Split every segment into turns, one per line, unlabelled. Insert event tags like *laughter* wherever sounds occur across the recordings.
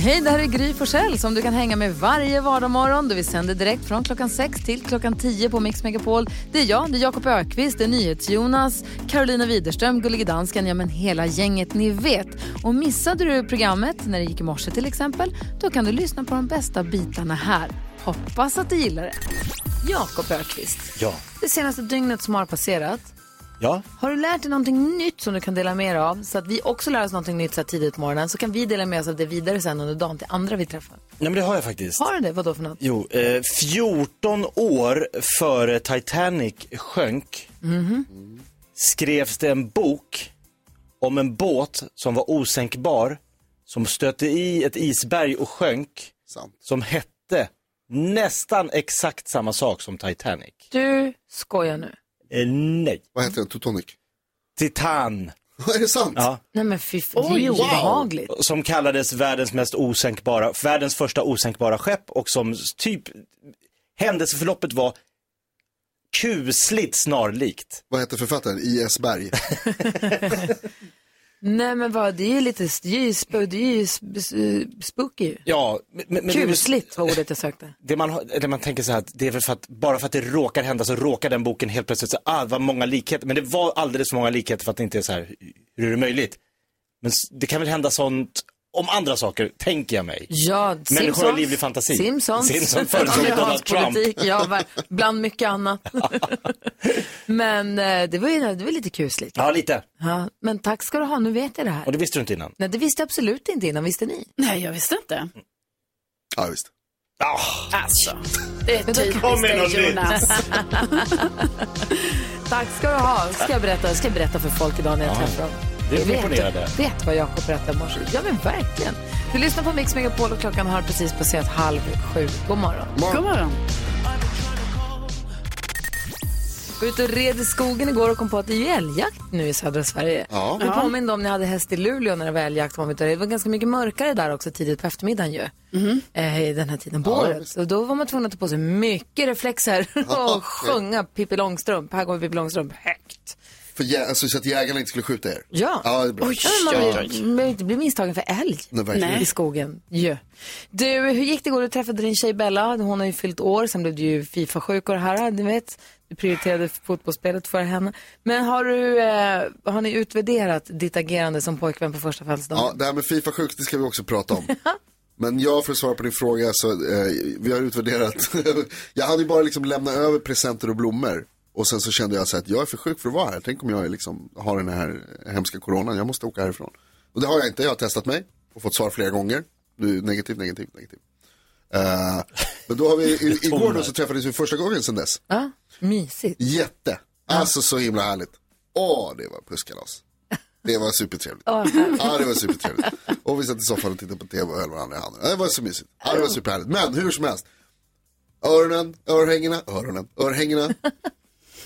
Hej, det här är Gry Forssell som du kan hänga med varje vardagsmorgon. Vi sänder direkt från klockan 6 till klockan 10 på Mix Megapol. Det är jag, det är Jakob Ökvist, det är NyhetsJonas, Carolina Widerström, Gullige Dansken, ja men hela gänget ni vet. Och missade du programmet när det gick i morse till exempel, då kan du lyssna på de bästa bitarna här. Hoppas att du gillar det. Jakob Ökvist,
Ja.
det senaste dygnet som har passerat,
Ja.
har du lärt dig någonting nytt som du kan dela med dig av så att vi också lär oss någonting nytt så här tidigt på morgonen så kan vi dela med oss av det vidare sen under dagen till andra vi träffar?
Nej men det har jag faktiskt.
Har du det? Vadå för något?
Jo, eh, 14 år före Titanic sjönk skrevs det en bok om en båt som var osänkbar, som stötte i ett isberg och sjönk,
Sant.
som hette nästan exakt samma sak som Titanic.
Du skojar nu.
Eh, nej.
Vad heter den? Totonic?
Titan,
*laughs* Är det sant?
ja,
Nej men fy fan, det är ju
wow.
obehagligt.
som kallades världens mest osänkbara, världens första osänkbara skepp och som s- typ händelseförloppet var kusligt snarlikt.
Vad heter författaren? I.S. Berg.
Nej men vad, det är ju lite, det är ju, sp- det är ju sp- sp- spooky ju.
*laughs* Ja, men, men men det, är just-
Kusligt var ordet jag sökte.
det man, har- eller man tänker så här att det är väl för att bara för att det råkar hända så råkar den boken helt plötsligt så, ah, vad många likheter, men det var alldeles för många likheter för att det inte är så här, hur är det möjligt? Men s- det kan väl hända sånt om andra saker, tänker jag mig.
Ja, Simpsons.
har livlig fantasi.
Simpsons.
Simpsons föreslog
*laughs*
Donald
Amerikansk
Trump.
politik, ja, va- bland
*laughs*
mycket annat. men eh, det var ju det var lite kusligt.
Ja, lite.
Ja, men tack ska du ha, nu vet jag det här.
Och det visste du inte innan.
Nej, det visste jag absolut inte innan. Visste ni?
Nej, jag visste
Mm.
inte.
Ja, visst.
Ah,
Alltså, det är
Kom med något
typiskt dig,
nytt.
Jonas.
*laughs*
Tack ska du ha. Ska jag berätta, ska jag berätta för folk idag när jag träffar dem.
det är
Jag
imponerande.
Vet, vet vad Jakob berättade i morse. Ja, men verkligen. Du lyssnar på Mix Megapol och klockan har precis passerat halv sju. God morgon.
God morgon.
Gå ut och red i skogen igår och kom på att det är ju älgjakt nu i södra Sverige.
Ja.
Vi påminner om när jag hade häst i Luleå när det var älgjakt. Var ute. Det var ganska mycket mörkare där också tidigt på eftermiddagen ju.
Mm-hmm.
Eh, I den här tiden på
Ja,
året. Och då var man tvungen att ta på sig mycket reflexer
*laughs*
och sjunga Pippi Långstrump. Här går Pippi Långstrump högt.
För jä- alltså, så att jägarna inte skulle skjuta er?
Ja.
Ja, det är bra.
Oj,
Ja, men
oj,
man
oj.
blir- man behöver inte bli misstagen för älg
Nej, verkligen.
i skogen. Ja. Du, hur gick det igår? Du träffade din tjej Bella. Hon har ju fyllt år. Sen blev du ju Fifa-sjuk och det här. Du vet, du prioriterade fotbollsspelet för henne. Men har, du, eh, har ni utvärderat ditt agerande som pojkvän på första födelsedagen?
Ja, det här med Fifa sjuk, det ska vi också prata om. Men jag för att svara på din fråga, så, eh, vi har utvärderat. *laughs* jag hade ju bara liksom lämnat över presenter och blommor. Och sen så kände jag så här att jag är för sjuk för att vara här. Tänk om jag liksom har den här hemska coronan, jag måste åka härifrån. Och det har jag inte, jag har testat mig och fått svar flera gånger. Du, negativ, negativ, negativ. Eh, men då har
*laughs*
vi, i, igår då så träffades vi första gången sedan dess.
Ja, Mysigt.
Jätte. Alltså så himla härligt. Åh, det var pusskalas. Det var supertrevligt. ja, det var supertrevligt. Och vi satt i soffan och tittade på tv och höll varandra i handen. Det var så mysigt. Ja, det var superhärligt. Men hur som helst. Öronen, örhängena, öronen, örhängena.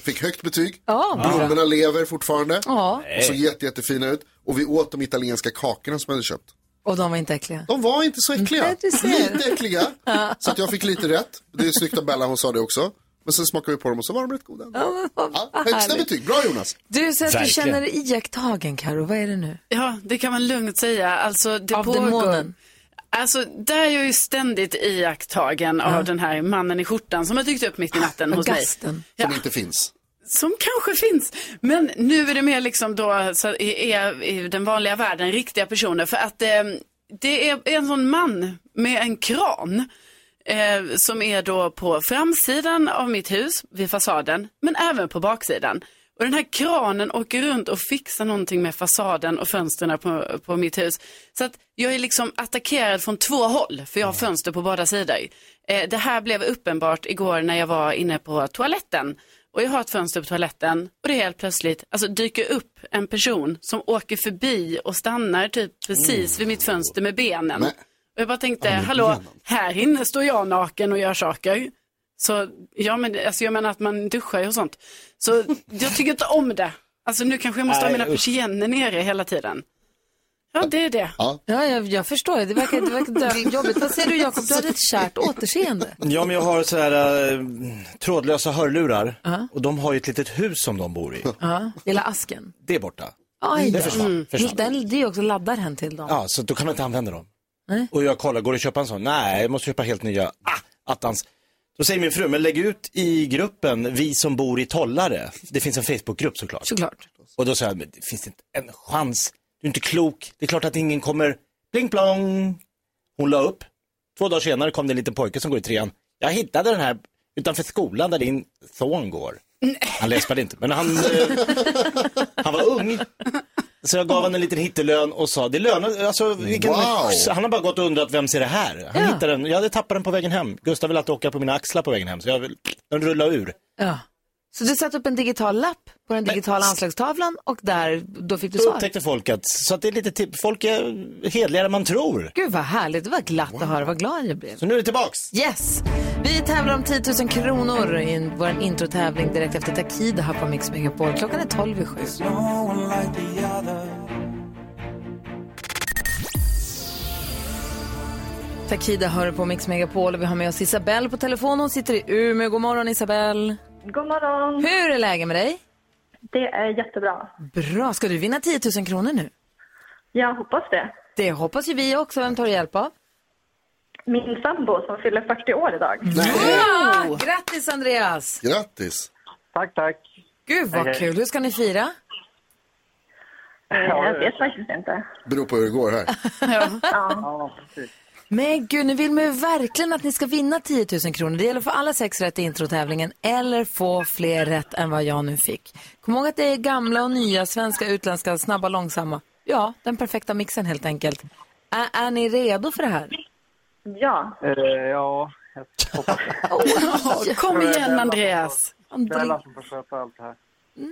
Fick högt betyg.
Ja, vad bra.
Blommorna lever fortfarande.
Ja.
Och såg jätte, jättefina ut. Och vi åt de italienska kakorna som jag hade köpt.
Och de var inte äckliga.
De var inte så äckliga.
Nej, du
*laughs*
ser.
Lite äckliga. Så att jag fick lite rätt. Det är snyggt av Bella, hon sa det också. Men sen smakade vi på dem och så var de rätt goda. Ja, högsta betyg. Bra Jonas.
Du säger att du
Verkligen.
känner dig iakttagen, Karo. Vad är det nu?
Ja, det kan man lugnt säga. Alltså, det
Av
pågår...
demonen.
Alltså, där är jag ju ständigt iakttagen av den här mannen i skjortan som har dykt upp mitt i natten hos mig.
Ah, Gasten.
Ja,
Som inte finns.
som kanske finns. Men nu är det mer liksom då, så i, är i den vanliga världen riktiga personer. För att eh, det är en sån man med en kran. Eh, som är då på framsidan av mitt hus, vid fasaden, men även på baksidan. Och den här kranen åker runt och fixar någonting med fasaden och fönstren på, på mitt hus. Så att jag är liksom attackerad från två håll, för jag har fönster på båda sidor. Eh, det här blev uppenbart igår när jag var inne på toaletten. Och jag har ett fönster på toaletten och det är helt plötsligt, alltså dyker upp en person som åker förbi och stannar typ precis vid mitt fönster med benen.
Nej.
Och jag bara tänkte, hallå, här inne står jag naken och gör saker. Så, ja, men, alltså, jag menar att man duschar ju och sånt. Så jag tycker inte om det. Alltså nu kanske jag måste
Nej,
ha mina
usch.
persienner nere hela tiden. Ja, det är det.
Ja, jag, jag förstår det. Det verkar, det verkar dö- jobbigt. Vad säger du Jakob? Du hade ett kärt återseende.
Ja, men jag har så här eh, trådlösa hörlurar och de har ju ett litet hus som de bor i.
Ja, lilla asken.
Det är borta.
Aj,
Mm, Det
då. Mm.
försvann.
Mm.
försvann.
Den, det är också laddar hen till dem.
Ja, så då kan man inte använda dem.
Nej.
Och jag kollar, går det att köpa en sån? Nej, jag måste köpa helt nya. Ah, attans. Då säger min fru, men lägg ut i gruppen, vi som bor i Tollare. Det finns en Facebookgrupp såklart.
Såklart.
Och då sa jag, men det finns inte en chans. Du är inte klok. Det är klart att ingen kommer. Pling plong. Hon la upp. Två dagar senare kom det en liten pojke som går i trean. Jag hittade den här utanför skolan där din son går. Han läspade inte, men han, eh, han var ung. Så jag gav honom en liten hittelön och sa, det lönar alltså, vilken,
Wow.
Han har bara gått och undrat, vem ser det här? Han
Ja.
hittade den, jag hade tappat den på vägen hem. Gustav ville alltid åka på mina axlar på vägen hem, så jag vill, den rullade ur.
Ja. Så du satte upp en digital lapp på den digitala anslagstavlan och där, då fick du
Då
svar.
upptäckte folk att, så att det är lite tips, folk är hedligare än man tror.
Gud vad härligt, det var glatt att höra, vad glad jag blev.
Så nu är det tillbaks.
Yes! Vi tävlar om 10 000 kronor i vår introtävling direkt efter Takida här på Mix Megapol. Klockan är 12 i sju. Takida hör på Mix Megapol och vi har med oss Isabelle på telefon. Hon sitter i Umeå. God morgon Isabelle!
God morgon.
Hur är läget med dig?
Det är jättebra.
Bra! Ska du vinna 10 000 kronor nu?
Jag hoppas det.
Det hoppas ju vi också. Vem tar du hjälp av?
Min sambo som fyller 40 år idag.
Ja! Grattis Andreas!
Grattis.
Tack, tack.
Gud vad kul! Hur ska ni fira?
Eh, Jag vet faktiskt inte.
Beror på hur det går
*laughs*
här.
Ja, precis.
Men gud, nu vill man ju verkligen att ni ska vinna 10 000 kronor. Det gäller för alla sex rätt i introtävlingen eller få fler rätt än vad jag nu fick. Kom ihåg att det är gamla och nya, svenska, utländska, snabba, långsamma. Ja, den perfekta mixen helt enkelt. Ä- är ni redo för det här?
Ja,
Eh, ja,
*laughs*
jag hoppas
Ja, Kom igen Andreas.
det är alla som får sköta allt det här.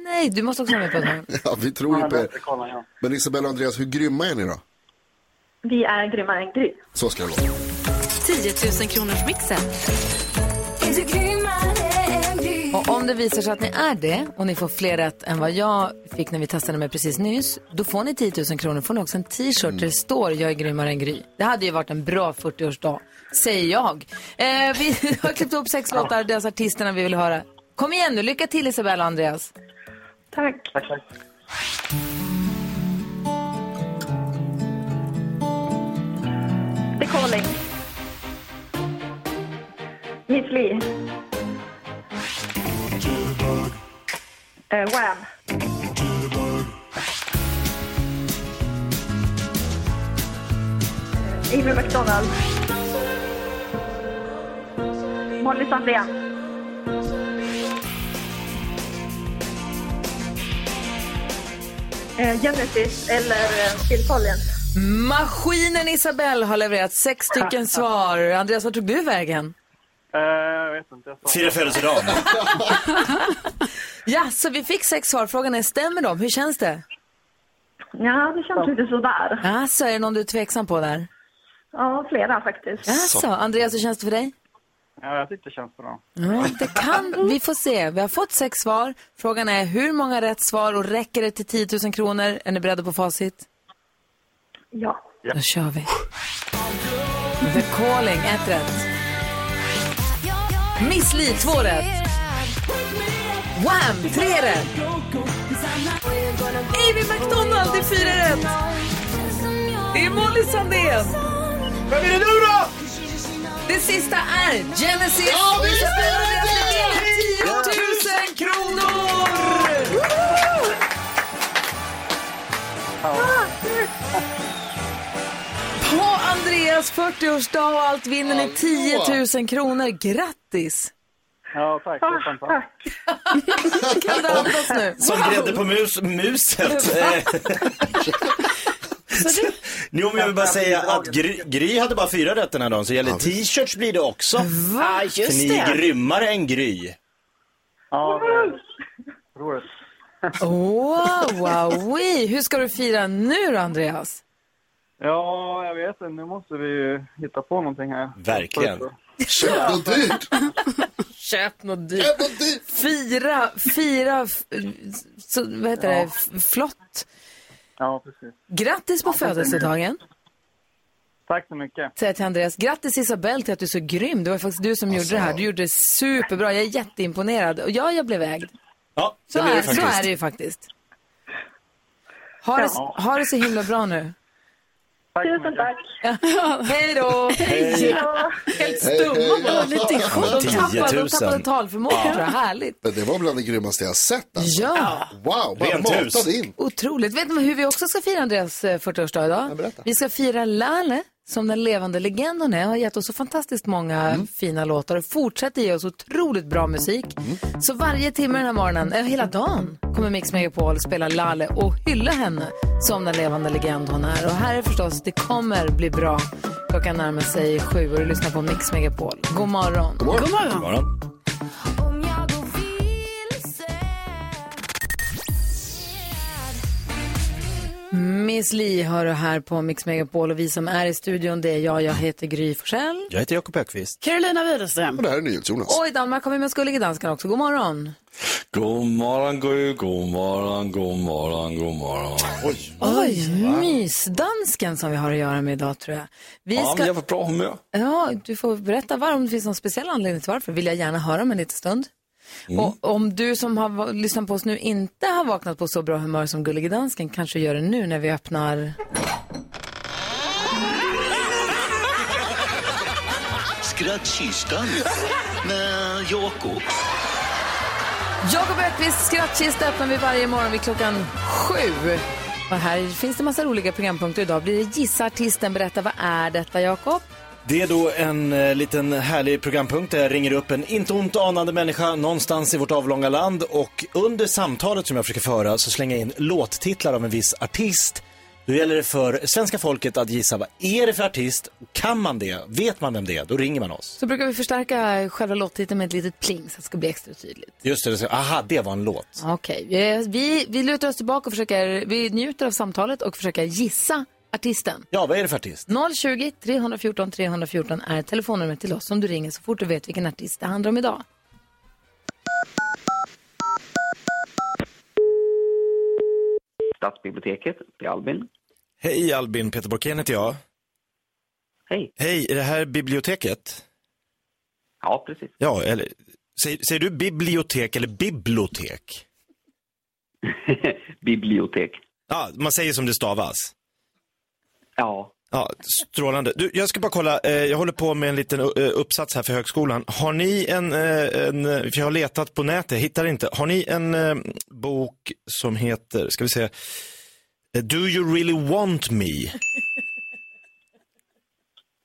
Nej, du måste också vara med på det här.
Ja, vi tror ju
Men
på
det
er.
kollar jag.
Men Isabella och Andreas, hur grymma är ni då?
vi är grymmare än Gry.
Så ska det vara.
10 000 kronors mixen.
Och om det visar sig att ni är det och ni får fler rätt än vad jag fick när vi testade mig precis nyss, då får ni 10 000 kronor. får ni också en t-shirt där det står “Jag är grymmare än Gry”. Det hade ju varit en bra 40-årsdag, säger jag. Eh, vi *laughs* har klippt upp sex låtar, deras artisterna vi vill höra. Kom igen nu, lycka till Isabella och Andreas.
Tack.
Tack, tack.
The Calling. Miss Li. Eh, Wham. Eh, Amy McDonald. Molly Sandén. Eh, Genesis eller eh, Phil Collins.
Maskinen Isabelle har levererat sex stycken svar. Andreas, var tog du vägen?
Eh, jag vet inte, jag sa
Fira födelsedag.
Ja, så vi fick sex svar. Frågan är, stämmer de? Hur känns det?
Ja, det känns lite sådär.
Ja, så är det någon du är tveksam på där?
Ja, flera faktiskt.
Alltså, Andreas, hur känns det för dig?
Ja, jag tyckte det känns bra.
Ja, det kan. Vi får se. Vi har fått sex svar. Frågan är hur många rätt svar och räcker det till 10 000 kronor? Är ni beredda på facit?
Ja.
Då kör vi. The Calling, ett rätt. Miss Li, två rätt. Wham, tre rätt. Amy McDonald, det är fyra rätt. Det är Molly Sandén.
Vem är det nu då?
Det sista är Genesis.
Ja, vi
Isabella
vinner!
vinner 10 000 kronor! På Andreas 40-årsdag och allt vinner ni 10 000 kronor.
*laughs*
Grattis!
Ja, tack. Det är fantastiskt.
Tack.
Kan du andas nu?
Som grädde på mus,
*laughs*
muset. Eh, nu om jag vill bara säga att Gry, Gry hade bara fyra rätt den här dagen, så gäller t-shirts blir det också.
Ja,
För ni är grymmare än Gry.
Ja, det är roligt.
Wow, wow, wee. Hur ska du fira nu då, Andreas?
Ja, jag vet inte. Nu måste vi ju hitta på någonting här. Mm.
Verkligen.
Köp något dyrt.
Köp något dyrt.
Något dyrt.
Fira, fira, f- så, vad heter det, F- flott.
Ja, precis.
Grattis på födelsedagen.
Tack så mycket.
Säger jag till Andreas. Grattis Isabelle till att du är så grym. Det var faktiskt du som gjorde det här. Du gjorde det superbra. Jag är jätteimponerad. Och ja, jag blev ägd.
Ja,
Så,
det blir
är,
det
så är
faktiskt.
det ju faktiskt. Ha det, ha det så himla bra nu.
Tack så
Tusen
mycket.
tack.
*laughs* Hej då! Helt stumma bara. Lite i chock. De
10
tappade,
000.
de tappade talförmågan tror jag. Härligt.
Men det var bland det grymmaste jag sett. Alltså.
Ja,
Wow, bara
Rent hus.
matade in.
otroligt. Vet ni hur vi också ska fira Andreas eh, 40-årsdag idag?
berätta.
vi ska fira Lale som den levande legend hon är. Hon har gett oss så fantastiskt många
Mm.
fina låtar och fortsätter ge oss otroligt bra musik.
Mm.
Så varje timme den här morgonen, eh, hela dagen, kommer Mix Megapol spela Lale och hylla henne som den levande legend hon är. Och här är förstås, det kommer bli bra. Klockan närmar sig sju och du lyssnar på Mix Megapol. God morgon.
God morgon.
Morgon.
Miss Li hör du här på Mix Megapol och vi som är i studion, det är jag, jag heter Gry Forssell.
Jag heter Jakob Ökvist.
Carolina Widerström.
Och det här är NyhetsJonas.
Och i Danmark har vi med Gullige Dansken också. God morgon.
God morgon, Gry. God morgon, god morgon, god morgon.
Oj,
Oj, mysdansken som vi har att göra med idag tror jag. Vi
Ja,
ska...
men jag var på bra humör.
Ja, du får berätta var, om det finns någon speciell anledning till varför. vill jag gärna höra om en liten stund.
Mm.
Och om du som har va- lyssnat på oss nu inte har vaknat på så bra humör som Gullige Dansken kanske gör det nu när vi öppnar...
Skrattkistan med Jakob.
Jakob Öqvists skrattkista öppnar vi varje morgon vid klockan sju. Och här finns det massa roliga programpunkter. Idag blir det Gissa artisten. Berätta, vad är detta Jakob?
Det är då en eh, liten härlig programpunkt där jag ringer upp en inte ont anande människa någonstans i vårt avlånga land och under samtalet som jag försöker föra så slänger jag in låttitlar av en viss artist. Då gäller det för svenska folket att gissa vad är det för artist? Kan man det? Vet man vem det är? Då ringer man oss.
Så brukar vi förstärka själva låttiteln med ett litet pling så att det ska bli extra tydligt.
Just det, det, ska- aha, det var en låt.
Okej, eh, vi, vi lutar oss tillbaka och försöker, vi njuter av samtalet och försöker gissa artisten.
Ja, vad är det för artist?
020 314 314 är telefonnumret till oss som du ringer så fort du vet vilken artist det handlar om idag.
Stadsbiblioteket, det är Albin.
Hej Albin, Peter Borkén heter jag.
Hej.
Hej, är det här biblioteket?
Ja, precis.
Ja, eller säger, säger du bibliotek eller bibliotek?
*laughs* Bibliotek.
Ja, man säger som det stavas.
Ja.
Ja, strålande. Du, jag ska bara kolla, eh, jag håller på med en liten eh, uppsats här för högskolan. Har ni en, eh, en, eh, för jag har letat på nätet, jag hittar inte. Har ni en eh, bok som heter, ska vi se, eh, Do you really want me?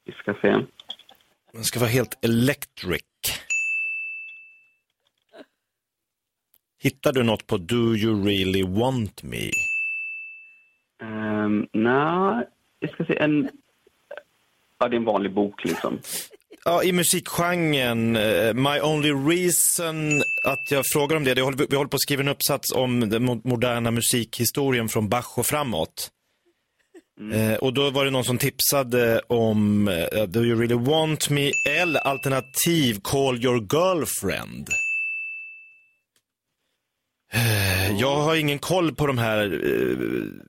Vi ska se.
Den ska vara helt electric. Hittar du något på Do you really want me?
Um, Nej, vi ska se. En... Ja, det är en vanlig bok liksom.
Ja, i musikgenren, eh, My only reason att jag frågar om det, det jag håller, vi håller på att skriva en uppsats om den mo- moderna musikhistorien från Bach och framåt. Eh, och då var det någon som tipsade om eh, Do you really want me? Eller alternativ Call your girlfriend. Eh, Jag har ingen koll på de här, eh,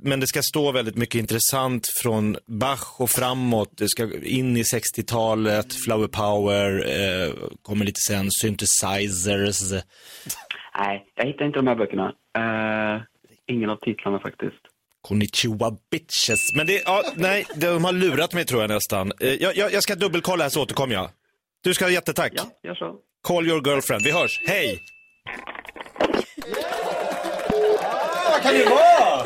men det ska stå väldigt mycket intressant från Bach och framåt. Det ska in i 60-talet, flower power, eh, kommer lite sen, synthesizers.
Nej, jag hittar inte de här böckerna. Eh, ingen av titlarna faktiskt.
Konnichiwa bitches. Men det, ja, nej, de har lurat mig tror jag nästan. Eh, Jag, jag, jag ska dubbelkolla här så återkommer jag. Du ska ha jättetack.
Ja, gör så.
Call your girlfriend. Vi hörs. Hej!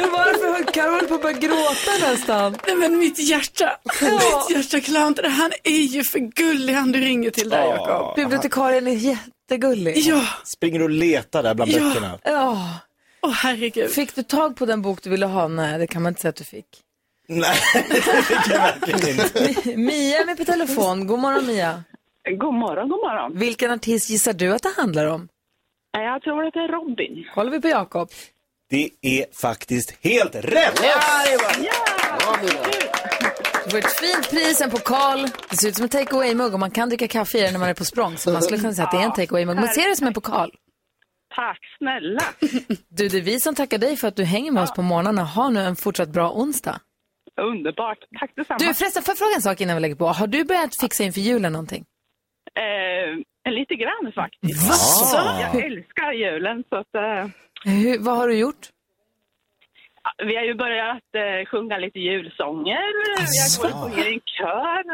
Varför höll Carol på att börja gråta nästan?
Nej men mitt hjärta. Mitt hjärta klarar inte det. Han är ju för gullig han du ringer till där Jakob.
Bibliotekarien är jättegullig.
Ja,
Springer och letar där bland
Ja.
böckerna.
Ja.
åh herregud.
Fick du tag på den bok du ville ha? Nej, det kan man inte säga att du fick.
Nej,
*laughs*
det fick jag verkligen inte.
*laughs* Mia är med på telefon. God morgon Mia.
God morgon, god morgon.
Vilken artist gissar du att det handlar om?
Eh, Jag tror att det är Robin.
Kollar vi på Jakob.
Det är faktiskt helt rätt!
Ja!
Det var ett fint pris, en pokal. Det ser ut som en take away-mugg och man kan dricka kaffe i den när man är på språng. Så man skulle kunna säga att det är en take away-mugg. Men ser det som en pokal.
Tack snälla.
Du, det är vi som tackar dig för att du hänger med oss på morgnarna. Ha nu en fortsatt bra onsdag.
Underbart. Tack detsamma.
Du, förresten, får jag fråga en sak innan vi lägger på? Har du börjat fixa inför julen någonting?
eh, lite grann faktiskt.
Va? Så?
Jag älskar julen så att eh,
Hur, vad har du gjort?
vi har ju börjat eh, sjunga lite julsånger. Vi
Alltså.
har gått och sjungit i en kör.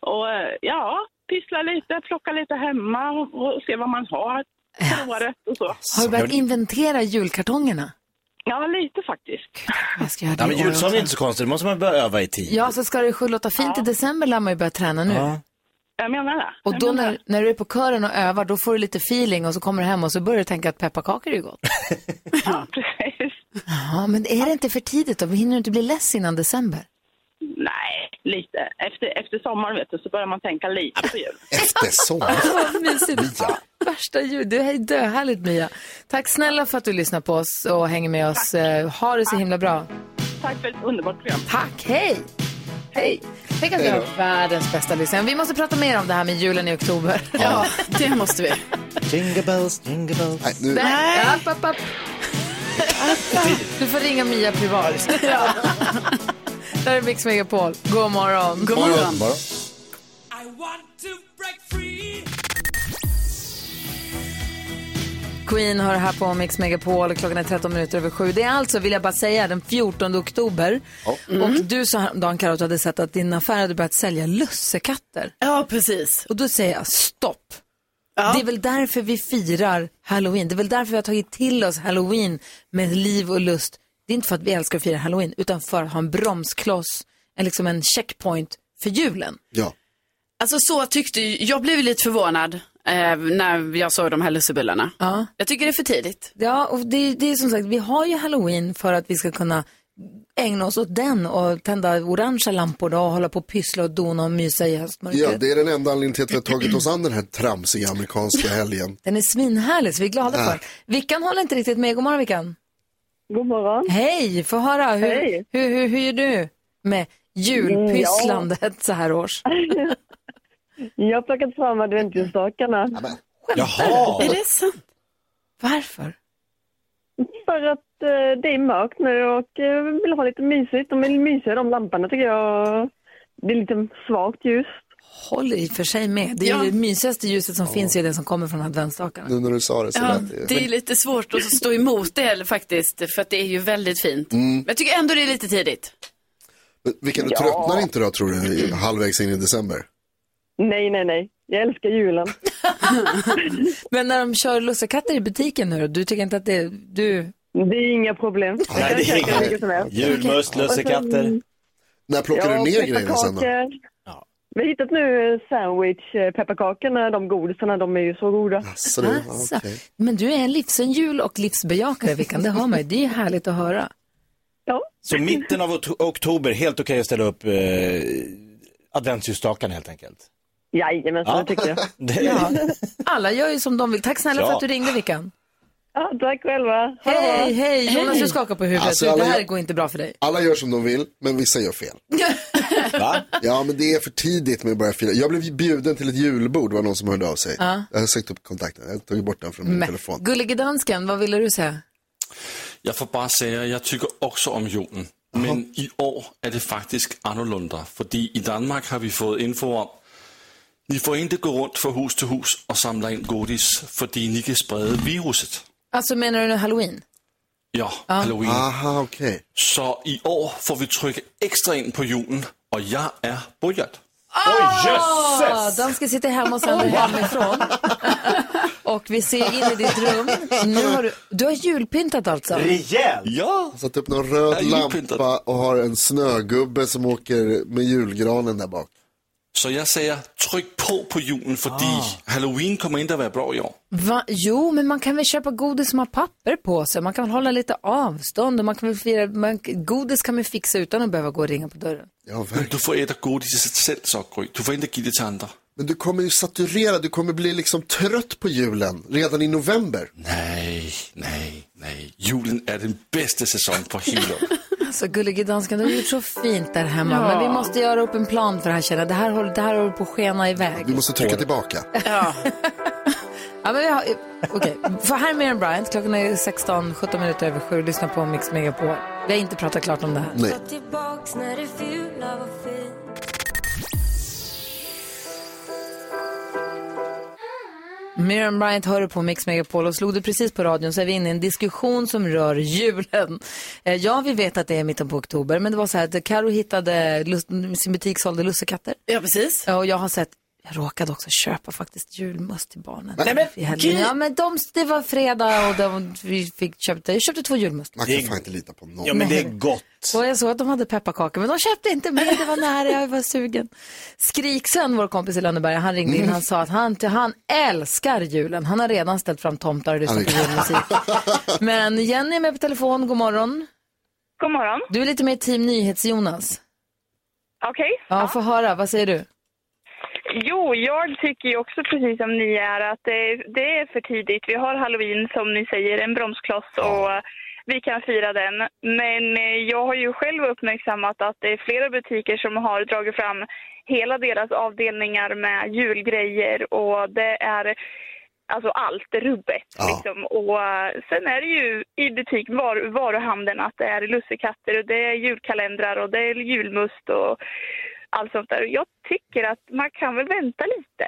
Och eh, ja, pyssla lite, plocka lite hemma och, och se vad man har för året och så.
Har du börjat inventera julkartongerna?
Ja, lite faktiskt.
Jag ska göra det
Nej, men
i år
julsång är
också.
inte så konstigt, det måste man börja öva i tid.
Ja, så ska det ju låta fint i december lär man ju börja träna nu.
Ja.
Jag menar det.
Och
Jag
då
menar
när, när du är på kören och övar, då får du lite feeling och så kommer du hem och så börjar du tänka att pepparkakor är ju gott.
*laughs* Ja, precis.
Ja, men är det inte för tidigt då? Hinner du inte bli less innan december?
Nej, lite. Efter, efter sommaren vet du, så börjar man tänka lite på jul.
*laughs* Efter sommaren.
*laughs* Vad mysigt. Värsta jul. Det här är döhärligt, Mia. Tack snälla för att du lyssnar på oss och hänger med oss. Eh, Ha det så himla bra.
Tack för ett underbart program.
Tack. Hej! Hej! Tänk att vi har världens bästa lyssnare. Vi måste prata mer om det här med julen i oktober. *laughs*
Ja, det måste vi.
Jingle bells, jingle bells.
Nej, nu,
Nej. App, app, app. Du får ringa Mia privat. Ja. *laughs* Där är Mix Megapol. God morgon.
God morgon.
bara.
Queen har det här på Mix Megapol. Klockan är 13 minuter över sju. Det är alltså, vill jag bara säga, den 14 oktober. Och
Mm.
du sa häromdagen, Karo, att du hade sett att din affär hade börjat sälja lussekatter.
Ja, precis.
Och då säger jag stopp. Det är väl därför vi firar halloween. Det är väl därför vi har tagit till oss halloween med liv och lust. Det är inte för att vi älskar att fira halloween, utan för att ha en bromskloss, en, liksom en checkpoint för julen.
Ja.
Alltså så tyckte jag, blev lite förvånad eh, när jag såg de här lussebullarna.
Ja.
Jag tycker det är för tidigt.
Ja, och det, det är som sagt, vi har ju halloween för att vi ska kunna ägna oss åt den och tända orangea lampor då och hålla på och pyssla och dona och mysa i höstmörkret.
ja, det är den enda anledningen till att vi har tagit oss an den här tramsiga amerikanska helgen.
Den är svinhärlig, så vi är glada för. Vickan håller inte riktigt med. God morgon, Vickan.
God morgon.
Hej, få höra. Hur,
Hej.
Hur, hur, hur gör du med julpysslandet
Mm,
så här års?
*laughs* Jag har plockat fram adventsljusstakarna
Jaha!
Är det sant?
Varför?
för att eh, det är mörkt nu och eh, vill ha lite mysigt. De är mysiga de lamporna tycker jag. Det är lite svagt ljus.
Håller i och för sig med. Det är ju det mysigaste ljuset som finns är ju det som kommer från adventsstakarna.
Nu när du sa det så
Ja,
lät det ju.
det är lite svårt att stå emot det heller faktiskt, för att det är ju väldigt fint. Men jag tycker ändå det är lite tidigt.
Men Mm. Vilken, du tröttnar inte då tror du, i- halvvägs in i december?
Nej, nej, nej. Jag älskar julen.
*laughs* Men när de kör lussekatter i butiken nu då, du tycker inte att det du...
Det är inga problem. Jag
Nej,
kan
det är
käka hur
inga-
mycket som helst.
Julmust, lussekatter.
När plockar du
Ja,
ner grejerna sen då?
pepparkakor. Vi har hittat nu eh, sandwich, eh, pepparkakorna, de godisarna, de är ju så goda.
Så det, ja,
Alltså,
okej.
Men du är en livsenjul och livsbejakare, Vickan. Det hör man ju. Det är ju härligt att höra.
Ja,
Så mitten av ot- oktober, helt okej att ställa upp eh, adventsljusstakarna helt enkelt.
jajamensan,
Ja.
det tycker jag.
*laughs* Det,
Alla gör ju som de vill. Tack snälla för
Ja.
att du ringde, Vickan.
Ja, tack själva. Ha det bra.
Hej, hej! Jonas, du skakar på huvudet.
Alltså,
Du, det
alla-
här går inte bra för dig.
Alla gör som de vill, men vissa gör fel.
va?
Ja, men det är för tidigt med att börja fira. Jag blev bjuden till ett julbord, det var någon som hörde av sig. Jag har sökt upp kontakten, jag har tagit bort den från min
Men,
telefon.
gullige dansken, vad ville du säga?
Jeg får bare sige, at jeg tykker også om julen. Men i år er det faktisk anderledes, fordi i Danmark har vi fået info om, ni får ikke gå rundt fra hus til hus og samle ind godis, fordi ni kan sprede viruset.
Alltså, menar du nu halloween?
Ja,
Ah.
Halloween.
Aha, okej.
Så i år får vi trykke ekstra ind på julen, og jeg er bojat.
Ja, dansken sitter hemma och sänder hemifrån. och vi ser in i ditt rum. Nu har du, du har julpyntat alltså?
Rejält!
Ja!
Satt upp någon röd
är julpyntat.
lampa och har en snögubbe som åker med julgranen där bak.
Så jeg siger, tryk på på julen, fordi
Ah.
Halloween kommer ikke at være bra i år.
Va? Jo, men man kan väl köpa godis som har papper på sig. Man kan väl hålla lite avstånd och man kan väl fira, man, godis kan man fixa utan att behöva gå och ringa på dörren.
Ja, verkligen.
Du får æde godiset selv så, Gry. Du får ikke give det til andre.
Men du kommer ju saturera, du kommer bli liksom trött på julen redan i november.
*laughs*
Nej, nej, nej. Julen er den bedste sæson på hele året.
Alltså gullige dansken, du har gjort så fint där hemma.
Ja.
Men vi måste göra upp en plan för det här känner jag. Det här håller, det här håller på att skena iväg.
Vi måste trycka tillbaka.
Ja, men vi har, okej, för här är Miriam Bryant. Klockan är 16, 17 minuter över sju. Lyssna på Mix Megapol. Vi har inte pratat klart om det här.
Nej.
Miriam Bryant hör du på Mix Megapol och slog du precis på radion så är vi inne i en diskussion som rör julen. Eh, Ja, vi vet att det är mitten på oktober, men det var så här att Karo hittade, lust, sin butik sålde lussekatter.
Ja, precis.
Och jag har sett, jag råkade också köpa faktiskt julmust till barnen.
Nej, men
i helgen.
Gud.
Ja, men de, det var fredag och de, vi fick köpte, jag köpte två julmust.
Man kan fan inte lita på någon.
Ja, men det är
gott.
Och jag såg att de hade pepparkakor, men de köpte inte mer. Det var nära, jag var sugen. Skriksön, vår kompis i Lönneberga, han ringde in. Han sa att han, han älskar julen. Han har redan ställt fram tomtar och lyssnat på
Han är-
julmusik. Men Jenny är med på telefon. God morgon.
God morgon.
Du är lite mer team nyhets-Jonas.
Okej.
Ja, få höra. Vad säger du?
Jo, jag tycker ju också precis som ni är att det, det är för tidigt. Vi har halloween som ni säger, en bromskloss och vi kan fira den. Men eh, jag har ju själv uppmärksammat att det är flera butiker som har dragit fram hela deras avdelningar med julgrejer och det är alltså allt rubbet. Liksom. Och, eh, sen är det ju i butik, var, varuhandeln, att det är lussekatter och det är julkalendrar och det är julmust och allt sånt där. Och Jag tycker att man kan väl vänta lite.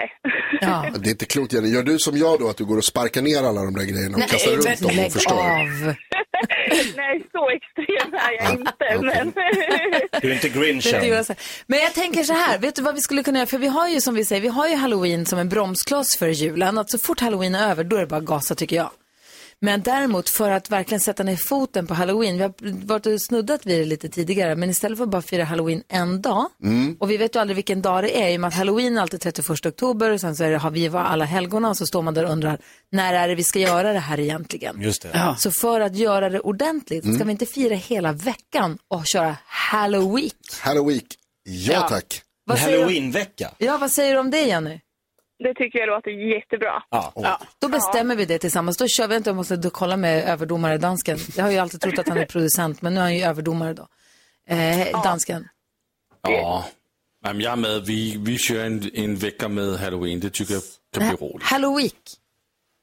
Det är inte klokt Jenny. Gör du som jag då att du går och sparkar ner alla de där grejerna och kastar runt dem och förstör?
*laughs* Nej, så extrem är jag inte. men...
Du är inte
Det är inte
grinchen.
Jonas. Men jag tänker så här, vet du vad vi skulle kunna göra? För vi har ju som vi säger, vi har ju halloween som en bromskloss för julen. Att så fort halloween är över, då är det bara att gasa tycker jag. Men däremot för att verkligen sätta ner foten på halloween, vi har varit och snuddat vid det lite tidigare, men istället för att bara fira halloween en dag,
Mm.
och vi vet ju aldrig vilken dag det är, i och med att halloween är alltid 31 oktober och sen så är det, har vi var alla helgona och så står man där och undrar, när är det vi ska göra det här egentligen?
Just det.
Så för att göra det ordentligt, ska
Mm.
vi inte fira hela veckan och köra halloween?
Halloween. Ja
Ja.
tack.
Vad säger du?
Halloweenvecka.
Ja, vad säger du om det Jenny?
Det tycker jag låter jättebra.
Ja.
Då bestämmer vi det tillsammans. Då kör vi inte, jag måste då kolla med överdomare dansken. Jag har ju alltid trott att han är producent, men nu är han ju överdomare då. Eh, dansken.
Ja, Jamen, jeg er med. Vi, vi kører en, en vækker med Halloween. Det tycker jag kan blive roligt.
Halloween.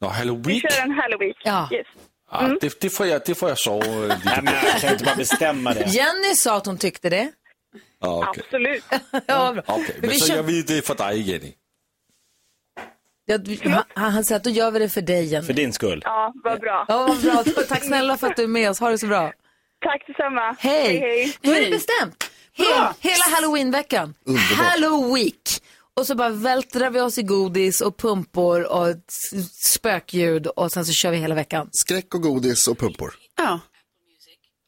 Nå,
Vi
Halloween?
kör en Mm. halloween.
Ja.
Yes.
Ah, det, det, får jag, det får jag sove øh, lidt.
Jamen, jeg kan ikke bare
*laughs*
bestemme det.
Jenny sa att hon tyckte det.
Ah, okay.
Absolut.
*laughs* ja, bra.
okay. Mm.
Men
Men
vi
så
kör-
jeg ved, det er for dig, Jenny.
Ja, vi- han, han säger att då gör vi det för dig Jenny.
För din skull.
Ja, vad bra.
Ja, vad bra. Tack snälla för att du är med oss. Ha det så bra.
Tack detsamma.
Hej.
hej.
Nu är det bestämt. Hel, hela halloweenveckan.
Underbart.
Halloween. Och så bara vältrar vi oss i godis och pumpor och s- spökljud och sen så kör vi hela veckan.
Skräck och godis och pumpor.
Ja.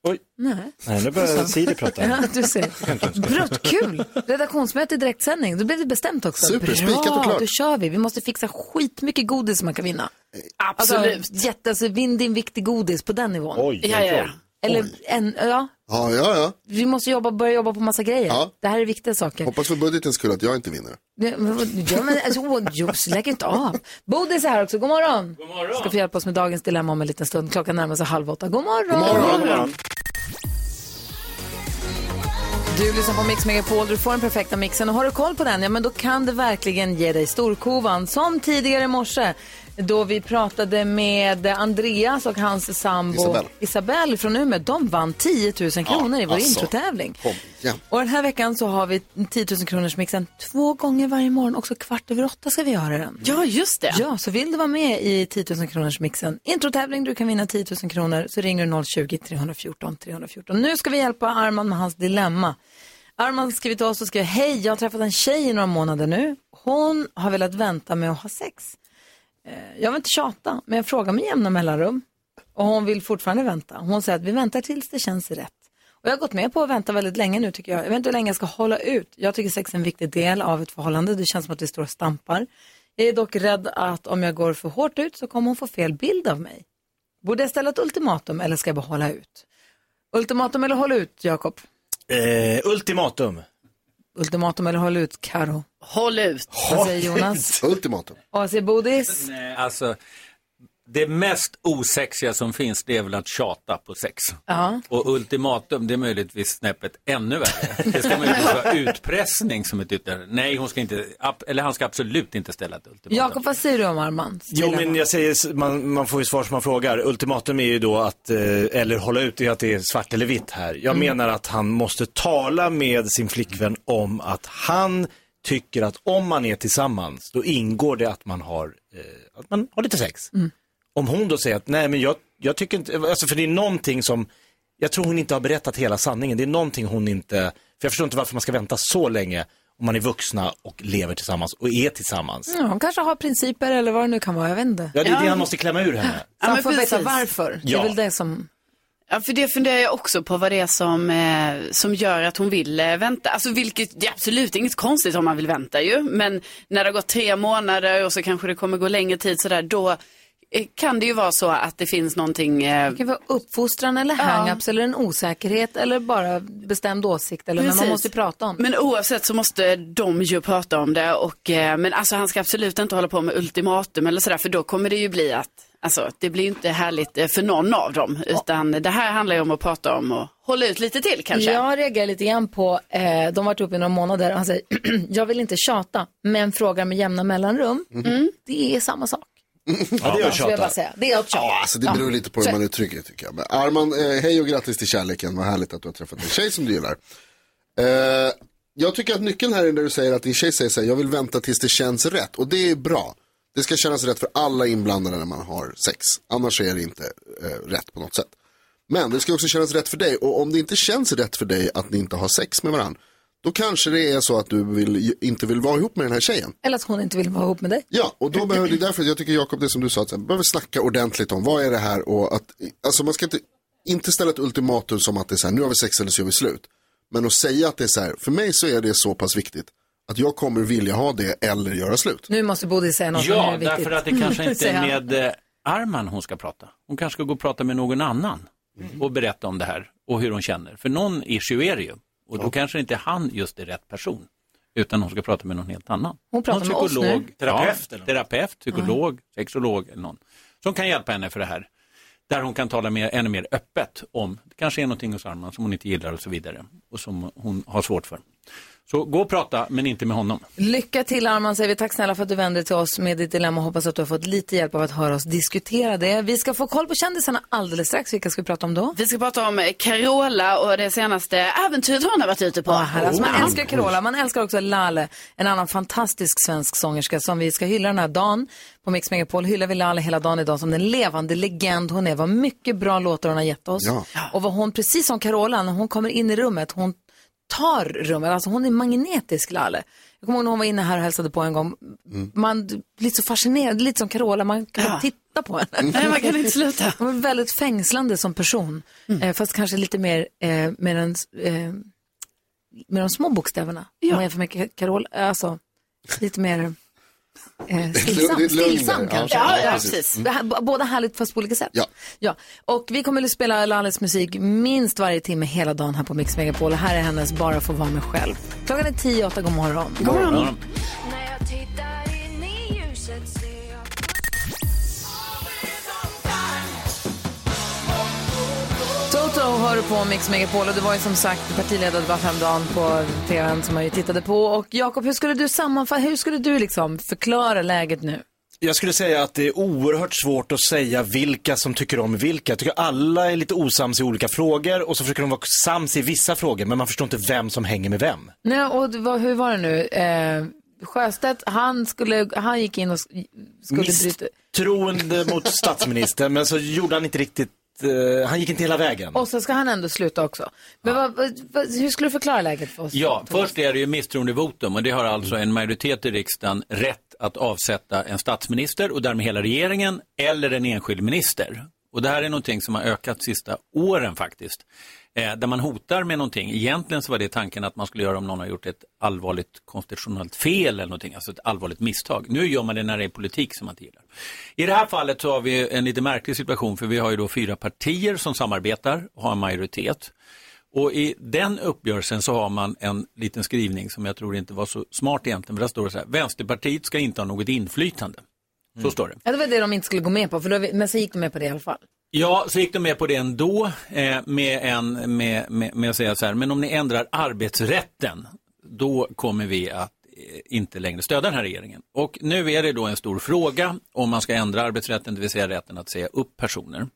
Oj.
Nej.
Nej, nu börjar Siri prata.
*laughs* Ja, du ser. Brott, kul! Redaktionsmöte i direktsändning. Då blev det bestämt också.
Super, spikat
Bra,
och klart.
då kör vi. Vi måste fixa skitmycket godis som man kan vinna.
Absolut.
Alltså, jätte, alltså, vinn din viktig godis på den nivån.
Oj, Ja, oj, ja, oj.
Eller en, ja,
Ja, ja, ja.
vi måste jobba, börja jobba på massa grejer.
Ja.
Det här är viktiga saker.
Hoppas för budgetens skull att jag inte vinner.
Ja, men vad- ja, men alltså, åh, Jos, lägg inte av. Bodis är här också, god morgon. God morgon. Ska få hjälpa oss med dagens dilemma om en liten stund. Klockan närmar sig halv åtta. God morgon. Du lyssnar på Mix Megapol, du får den perfekta mixen och har du koll på den, ja men då kan det verkligen ge dig storkovan. Som tidigare i morse då vi pratade med Andreas och hans sambo
Isabel.
Isabel från Umeå. De vann 10 000 kronor i vår
alltså.
introtävling.
Kom igen.
Och den här veckan så har vi 10 000 kronors mixen två gånger varje morgon, också kvart över åtta ska vi göra den.
Ja, just det.
Ja, så vill du vara med i 10 000 kronors mixen, introtävling, du kan vinna 10 000 kronor, så ringer du 020-314 314. Nu ska vi hjälpa Arman med hans dilemma. Arman skriver till oss och skriver, hej, jag har träffat en tjej i några månader nu. Hon har velat vänta med att ha sex. Eh, Jag vill inte tjata, men jag frågar med jämna mellanrum. Och hon vill fortfarande vänta. Hon säger att vi väntar tills det känns rätt. Och jag har gått med på att vänta väldigt länge nu tycker jag. Jag vet inte hur länge jag ska hålla ut. Jag tycker sex är en viktig del av ett förhållande. Det känns som att vi står och stampar. Jag är dock rädd att om jag går för hårt ut så kommer hon få fel bild av mig. Borde jag ställa ett ultimatum eller ska jag bara hålla ut? Ultimatum eller håll ut, Jakob?
Eh, ultimatum.
Ultimatum eller håll ut, Karo?
Håll ut.
Vad säger Jonas?
Ultimatum.
Och vad säger Bodis?
Nej, Eh, alltså, det mest osexiga som finns det är väl att tjata på sex.
Ja.
Och ultimatum det är möjligtvis snäppet ännu värre. Det ska möjligtvis vara utpressning som ett ytterligare. Nej, hon ska inte, ab- eller han ska absolut inte ställa ett ultimatum.
Jakob, vad säger du om Armand?
Jo, men jag säger, man, man får ju svar som man frågar. Ultimatum är ju då att, eh, eller hålla ut, det är att det är svart eller vitt här. Jag
Mm.
menar att han måste tala med sin flickvän om att han tycker att om man är tillsammans, då ingår det att man har, eh, att man har lite sex. Om hon då säger att nej, men jag, jag tycker inte, alltså för det är någonting som, jag tror hon inte har berättat hela sanningen. Det är någonting hon inte, för jag förstår inte varför man ska vänta så länge om man är vuxna och lever tillsammans och är tillsammans.
Ja, hon Mm, kanske har principer eller vad det nu kan vara, jag vet inte.
Ja, det är det han måste klämma ur henne.
Så han
men
får veta
precis.
varför. Det
Ja.
är väl det som...
Ja, för det funderar jag också på vad det är som, eh, som gör att hon vill eh, vänta. Alltså vilket, det är absolut inget konstigt om man vill vänta ju. Men när det har gått tre månader och så kanske det kommer gå längre tid sådär, då eh, kan det ju vara så att det finns någonting. Eh,
Det kan vara uppfostran eller hang-ups eller en osäkerhet eller bara bestämd åsikt. Eller men man
Precis.
måste ju prata om.
Men oavsett så måste de ju prata om det. Och, eh, men alltså han ska absolut inte hålla på med ultimatum eller sådär, för då kommer det ju bli att, alltså det blir ju inte härligt eh, för någon av dem. Utan det här handlar ju om att prata om och hålla ut lite till kanske.
Jag reagerar lite grann på, eh, de har varit ihop i några månader och han säger, *clears throat* jag vill inte tjata, men frågar med jämna mellanrum.
Mhm.
Mm. Det är samma sak.
Ja, det är att
Skulle jag bara säga. Det är att tjata.
Ja, alltså det beror
Ja.
lite på hur man uttrycker det tycker jag. Men Arman, eh, hej och grattis till kärleken. Vad härligt att du har träffat en tjej som du gillar. Eh, jag tycker att nyckeln här är när du säger att din tjej säger så här, jag vill vänta tills det känns rätt. Och det är bra. Det ska kännas rätt för alla inblandade när man har sex. Annars är det inte eh, rätt på något sätt. Men det ska också kännas rätt för dig. Och om det inte känns rätt för dig att ni inte har sex med varandra, då kanske det är så att du vill, inte vill vara ihop med den här tjejen.
Eller att hon inte vill vara ihop med dig.
Ja, och då behöver, det är därför jag tycker Jakob, det som du sa, att så här, behöver snacka ordentligt om vad är det här och att, alltså man ska inte, inte ställa ett ultimatum som att det är så här, nu har vi sex eller så gör vi slut. Men att säga att det är så här, för mig så är det så pass viktigt att jag kommer vilja ha det eller göra slut.
Nu måste Bodil säga något som
Ja,
är viktigt.
därför att det
*laughs*
kanske inte
Säger
är
han.
med eh, Arman hon ska prata. Hon kanske ska gå och prata med någon annan och berätta om det här och hur hon känner. För någon issue är det ju. Och då kanske inte han just är rätt person. Utan hon ska prata med någon helt annan.
Hon pratar
någon
med oss
psykolog,
nu.
Terapeut, ja, terapeut psykolog, sexolog eller någon. Som kan hjälpa henne för det här. Där hon kan tala mer, ännu mer öppet om, det kanske är någonting hos Arman som hon inte gillar och så vidare. Och som hon har svårt för. Så gå och prata, men inte med honom.
Lycka till Arman säger vi. Tack snälla för att du vände dig till oss med ditt dilemma. Hoppas att du har fått lite hjälp av att höra oss diskutera det. Vi ska få koll på kändisarna alldeles strax. Vilka ska vi prata om då?
Vi ska prata om Carola och det senaste äventyret hon har varit ute på. Oh.
Här, alltså man älskar Carola, man älskar också Lale, en annan fantastisk svensk sångerska som vi ska hylla den här dagen. På Mix Megapol hyllar vi Lale hela dagen idag som den levande legend hon är. Vad mycket bra låtar hon har gett oss.
Ja.
Och vad hon, precis som Carola, när hon kommer in i rummet, hon tar rummet. Alltså hon är magnetisk Lale. Jag kommer ihåg när hon var inne här och hälsade på en gång.
Mm.
Man blir så fascinerad, lite som Carola, man kan bara titta
*laughs*
på henne.
Nej, man kan inte sluta.
Hon är väldigt fängslande som person.
Mm.
Eh, fast kanske lite mer eh, med den eh, med de små bokstäverna. Om man jämför med Ka- Carol, alltså lite mer eh,
lugn- det är
stillsam,
ett lugn
stillsam
där, ja.
kanske.
Ja, ja, precis. Mm.
Det här- b- Båda härligt fast på olika sätt.
Ja.
Ja. Och vi kommer att spela Lales musik minst varje timme hela dagen här på Mix Megapol. Och här är hennes Bara få vara mig själv. Klockan är tio och åtta, god morgon.
God morgon. God morgon.
Toto hör på Mix Megapol och det var ju som sagt partiledardebatt häromdagen på tvn som man ju tittade på. Och Jakob, hur skulle du sammanfatta, hur skulle du liksom förklara läget nu?
Jag skulle säga att det är oerhört svårt att säga vilka som tycker om vilka. Jag tycker alla är lite osams i olika frågor och så försöker de vara sams i vissa frågor men man förstår inte vem som hänger med vem.
Nej, och det var, hur var det nu? Eh, Sjöstedt, han, skulle, han gick in och s- skulle bryta...
Misstroende
*laughs*
mot statsministern men så gjorde han inte riktigt, eh, han gick inte hela vägen.
Och så ska han ändå sluta också. Men vad, vad, vad, hur skulle du förklara läget för oss?
Ja, först är det ju misstroendevotum och det har alltså en majoritet i riksdagen rätt att avsätta en statsminister och därmed hela regeringen eller en enskild minister. Och det här är någonting som har ökat sista åren faktiskt. Eh, där man hotar med någonting. Egentligen så var det tanken att man skulle göra om någon har gjort ett allvarligt konstitutionellt fel eller någonting, alltså ett allvarligt misstag. Nu gör man det när det är politik som man inte gillar. I det här fallet så har vi en lite märklig situation för vi har ju då fyra partier som samarbetar och har en majoritet. Och i den uppgörelsen så har man en liten skrivning som jag tror inte var så smart egentligen. För där står det så här, Vänsterpartiet ska inte ha något inflytande. Så står det.
Ja, det var det de inte skulle gå med på, för då, men så gick de med på det i alla fall.
Ja, så gick de med på det ändå eh, med, en, med, med, med att säga så här, men om ni ändrar arbetsrätten, då kommer vi att eh, inte längre stödja den här regeringen. Och nu är det då en stor fråga om man ska ändra arbetsrätten, det vill säga rätten att säga upp personer.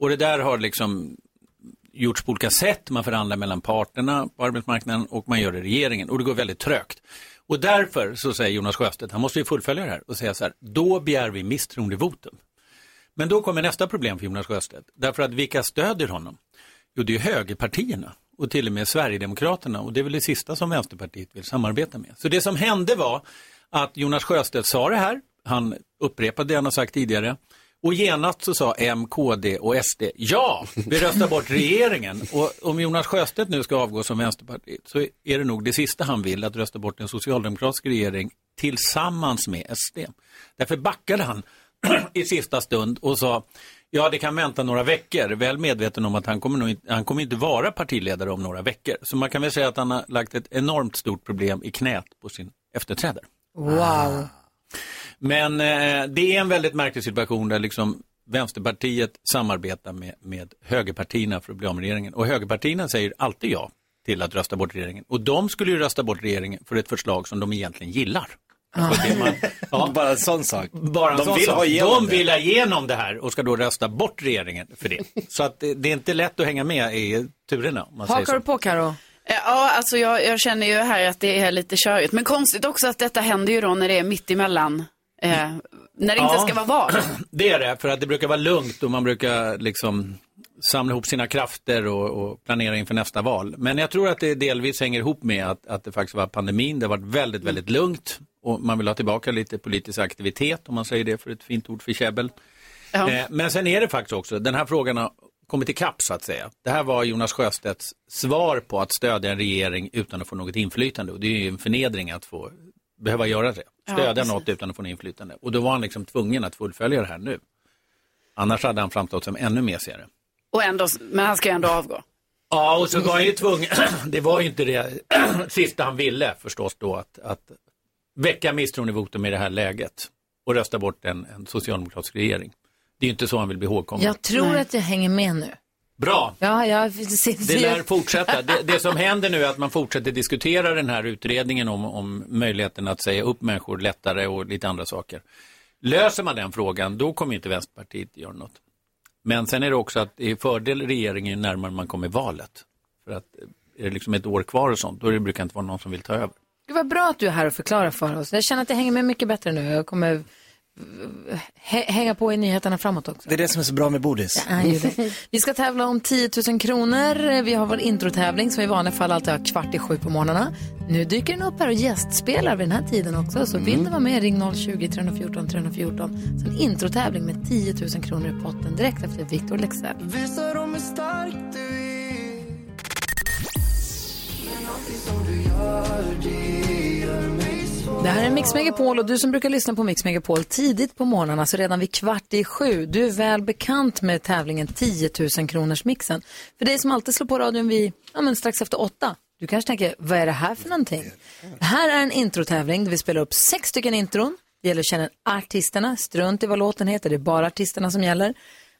Och det där har liksom gjorts på olika sätt. Man förhandlar mellan parterna på arbetsmarknaden och man gör det i regeringen. Och det går väldigt trögt. Och därför så säger Jonas Sjöstedt, han måste ju fullfölja det här och säga så här, då begär vi misstroendevotum. Men då kommer nästa problem för Jonas Sjöstedt. Därför att vilka stödjer honom? Jo, det är ju högerpartierna och till och med Sverigedemokraterna och det är väl det sista som Vänsterpartiet vill samarbeta med. Så det som hände var att Jonas Sjöstedt sa det här, han upprepade det han har sagt tidigare och genast så sa M, KD och SD ja, vi röstar bort regeringen. Och om Jonas Sjöstedt nu ska avgå som Vänsterpartiet så är det nog det sista han vill, att rösta bort en socialdemokratisk regering tillsammans med SD. Därför backade han i sista stund och sa ja det kan vänta några veckor, väl medveten om att han kommer, nog inte, han kommer inte vara partiledare om några veckor. Så man kan väl säga att han har lagt ett enormt stort problem i knät på sin efterträdare.
Ah.
Wow.
Men eh, det är en väldigt märklig situation där liksom Vänsterpartiet samarbetar med, med högerpartierna för att bli av med regeringen. Och högerpartierna säger alltid ja till att rösta bort regeringen. Och de skulle ju rösta bort regeringen för ett förslag som de egentligen gillar. Och det man-
*laughs*
ja.
Ah. Bara en sån sak.
Bara en
de
sån
vill
sak.
ha igenom
de
det.
vill ha igenom det här och ska då rösta bort regeringen
*laughs*
för det. Så att det, det är inte lätt att hänga med i turerna. Om man säger
Hakar
så.
du på Karo?
Ja, alltså jag, jag känner ju här att det är lite körigt. Men konstigt också att detta händer ju då när det är mitt emellan. Eh, när det inte
Ja.
ska vara val.
*clears throat* Det är det, för att det brukar vara lugnt och man brukar liksom samla ihop sina krafter och, och planera inför nästa val. Men jag tror att det delvis hänger ihop med att, att det faktiskt var pandemin, det har varit väldigt, väldigt lugnt och man vill ha tillbaka lite politisk aktivitet, om man säger det för ett fint ord för käbbel.
Ja.
Eh, men sen är det faktiskt också, den här frågan har kommit ikapp så att säga. Det här var Jonas Sjöstedts svar på att stödja en regering utan att få något inflytande och det är ju en förnedring att få behöva göra det.
Ja,
Stödja
precis.
något utan att få något inflytande. Och då var han liksom tvungen att fullfölja det här nu. Annars hade han framstått som ännu mesigare.
Och ändå, men han ska ju ändå avgå.
Ja, och så var han ju tvungen, *clears throat* det var ju inte det *clears throat* sista han ville förstås då, att, att väcka misstroendevotum i det här läget och rösta bort en, en socialdemokratisk regering. Det är ju inte så han vill bli ihågkommen.
Jag tror att jag hänger med nu.
Bra,
Ja, jag ser.
det lär fortsätta. Det, det som händer nu är att man fortsätter diskutera den här utredningen om, om möjligheten att säga upp människor lättare och lite andra saker. Löser man den frågan, då kommer inte Vänsterpartiet göra något. Men sen är det också att det är fördel regeringen ju närmare man kommer valet. För att eh, är det liksom ett år kvar och sånt, då är det- brukar det inte vara någon som vill ta över.
Gud vad bra att du är här och förklarar för oss. Jag känner att jag hänger med mycket bättre nu. Jag kommer eh, hä- hänga på i nyheterna framåt också.
Det är det som är så bra med Bodis.
är ju det. Vi ska tävla om 10 000 kronor. Vi har vår introtävling som i vanliga fall alltid har kvart i sju på morgnarna. Nu dyker den upp här och gästspelar vid den här tiden också. Så
Mm.
vill du vara med, ring 020-314 314. Så en introtävling med 10 000 kronor i potten direkt efter Victor Lexell.
Visa dem hur stark du är. Men allting som du gör, det gör mig svår.
Det här är Mix Megapol och du som brukar lyssna på Mix Megapol tidigt på morgnarna, så redan vid kvart i sju, du är väl bekant med tävlingen 10 000 kronors mixen. För dig som alltid slår på radion vid, ja, men strax efter åtta, du kanske tänker, vad är det här för någonting? Det här är en introtävling där vi spelar upp sex stycken intron. Det gäller att känna artisterna, strunt i vad låten heter, det är bara artisterna som gäller.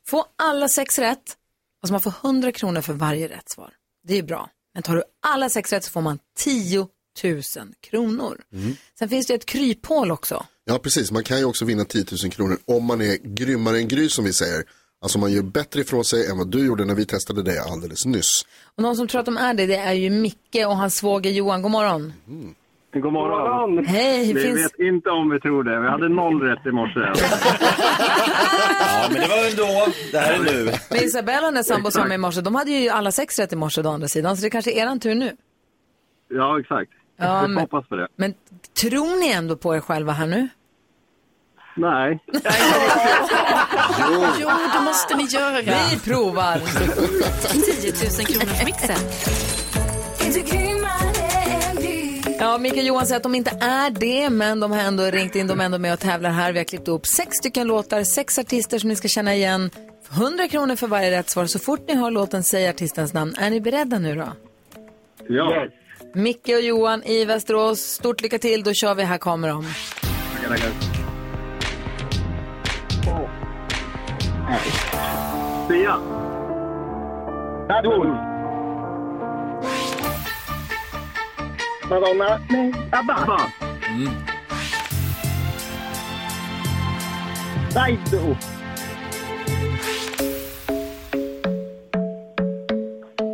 Få alla sex rätt, alltså man får 100 kronor för varje rätt svar. Det är bra. Men tar du alla sex rätt så får man 10 000 kronor.
Mm.
Sen finns det ett kryphål också.
Ja, precis. Man kan ju också vinna 10 000 kronor om man är grymmare än Gry som vi säger. Alltså man gör bättre ifrån sig än vad du gjorde när vi testade dig alldeles nyss.
Och någon som tror att de är det, det är ju Micke och hans svåger Johan. God morgon.
God morgon!
Hej,
Vi
finns-
vet inte om vi tror det. Vi hade noll rätt i morse.
Ja, men det var väl då. Det här är
*laughs*
nu.
Men Isabella och hennes sambo som var med i morse, de hade ju alla sex rätt i morse å andra sidan, så det kanske är eran tur nu.
Ja, exakt.
Ja,
vi
men-
får hoppas på det.
Men tror ni ändå på er själva här nu?
Nej.
Oh.
Jo.
Jo, det måste ni göra.
Vi provar.
10 000 kronors mixen.
Ja, Mikael Johan säger att de inte är det, men de har ändå ringt in, de är ändå med och tävlar här. Vi har klippt ihop sex stycken låtar, sex artister som ni ska känna igen. 100 kronor för varje rätt svar. Så fort ni hör låten, säg artistens namn. Är ni beredda nu då?
Ja.
Micke och Johan i Västerås, stort lycka till. Då kör vi, här kommer de.
Tackar, tackar. Fyra.
Radhon. Madonna. Nej, ABBA.
Mm.
Daido.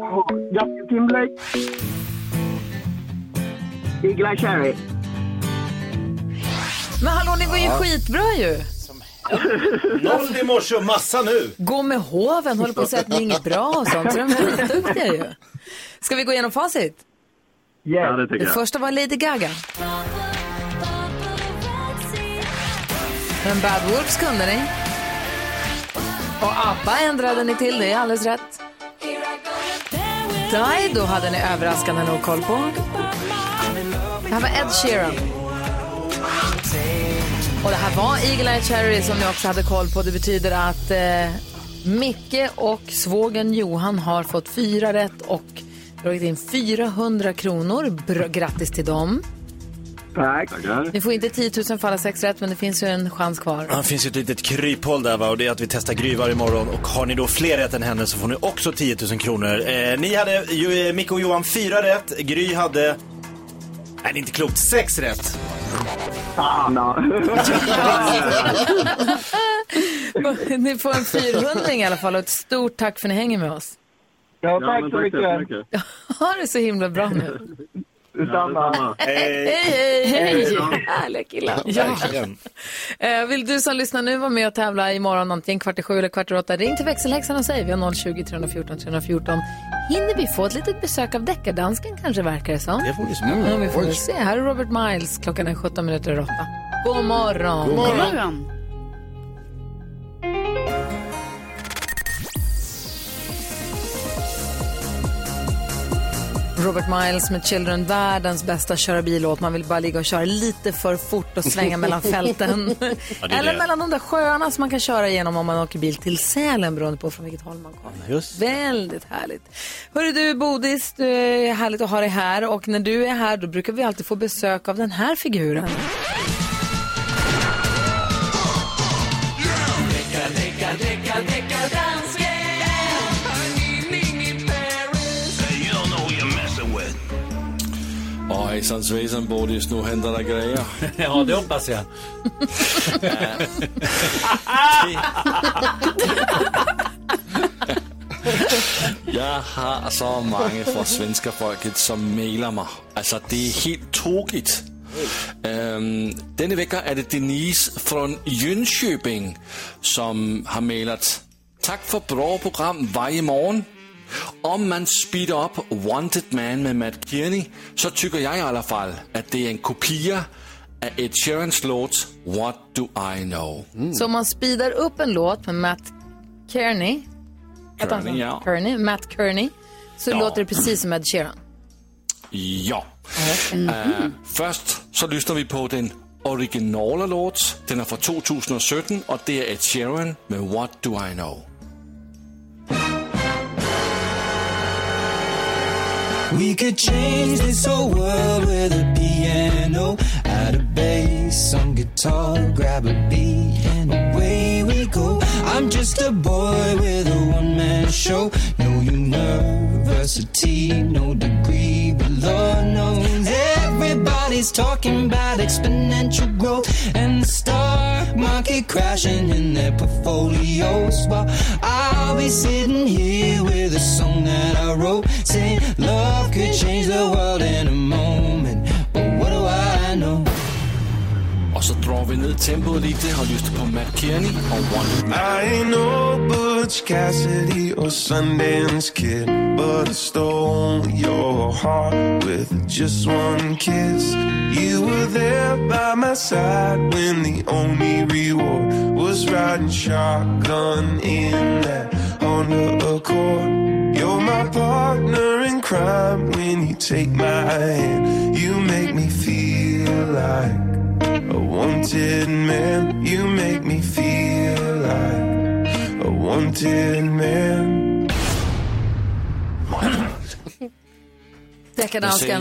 Oh, Justin Timberlake. Igla Cherry.
Men hallå, ni går ju
Ja.
skitbra ju.
Noll i morse och massa nu.
Gå med hoven, håller på att säga att ni är inget bra och sånt. Så de är skitduktiga ju. Ska vi gå igenom facit?
Ja, det tycker
Det
jag.
första var Lady Gaga. Men Bad Wolves kunde ni. Och ABBA ändrade ni till, det är alldeles rätt. Dido hade ni överraskande nog koll på. Det här var Ed Sheeran. Och det här var Eagle Eye Cherry som ni också hade koll på. Det betyder att eh, Micke och svågen Johan har fått fyra rätt och dragit in 400 kronor. Bra, grattis till dem.
Tack.
Ni får inte 10 000 för alla sex rätt, men det finns ju en chans kvar.
Det finns ju ett litet kryphål där va och det är att vi testar Gry varje morgon och har ni då fler rätt än henne så får ni också 10 000 kronor. Eh, ni hade, ju, eh, Micke och Johan, fyra rätt. Gry hade, nej det är inte klokt, sex rätt.
Fan.
*laughs*
*laughs*
ni får en 400 i alla fall och ett stort tack för att ni hänger med oss.
Ja,
Ja,
tack
men
så mycket.
Ha det så himla bra nu. *laughs*
Detsamma.
Hej, hej, hej!
Hej.
Härliga killar.
Ja.
Eh, Vill du som lyssnar nu vara med och tävla imorgon antingen kvart i sju eller kvart i åtta, ring till växelhäxan och säg vi har 020 314 314. Hinner vi få ett litet besök av deckardansken kanske verkar det som?
Det får vi se.
Ja, vi får
Oj.
väl se. Här är Robert Miles, klockan är 17 minuter över åtta. God morgon!
God morgon.
Robert Miles med Children, världens bästa köra bil-låt. Man vill bara ligga och köra lite för fort och svänga mellan fälten.
*laughs*
Ja,
*laughs*
det är
Eller
det.
mellan de där sjöarna som man kan köra igenom om man åker bil till Sälen beroende på från vilket håll man kommer. Väldigt härligt. Hörru du Bodis, det är härligt att ha dig här och när du är här då brukar vi alltid få besök av den här figuren.
Mm.
Åh, hejsan svejsan Bodis, nu händer det grejer. *laughs* ja, det hoppas *laughs* jag. Jag har så många från svenska folket som mejlar mig. Alltså det är helt tokigt. Ehm, denne vecka är det Denise från Jönköping som har mejlat. Tack för bra program varje morgon. Om man speedar upp Wanted Man med Matt Kearney så tycker jag i alla fall att det är en kopia av Ed Sheerans låt What Do I Know.
Så om man speedar upp en låt med Matt Kearney,
Kearney, ja.
Kearney Matt Kearney, så
Ja.
låter det precis som Ed Sheeran.
Ja.
Mhm.
Eh, først så lyssnar vi på den originale låt. Den er fra 2017, og det er Ed Sheeran med What Do I Know.
We could change this whole world with a piano, add a bass, some guitar, grab a beat, and away we go. I'm just a boy with a one man show. No university, no degree, but Lord knows everybody's talking about exponential growth and the stock market crashing in their portfolios. While I'll be sitting here with a song that I wrote saying love could change the world in a moment. But what do I know?
Og så drar vi ned tempoet lite og lytter på Matt Kearney og One.
I ain't no Butch Cassidy or Sundance Kid, but I stole your heart with just one kiss. You were there by my side when the only reward was riding shotgun in that Honda Accord. You're my partner in crime when you take my hand. You make me feel like a wanted man, you make me feel like a wanted man.
Deckardansken,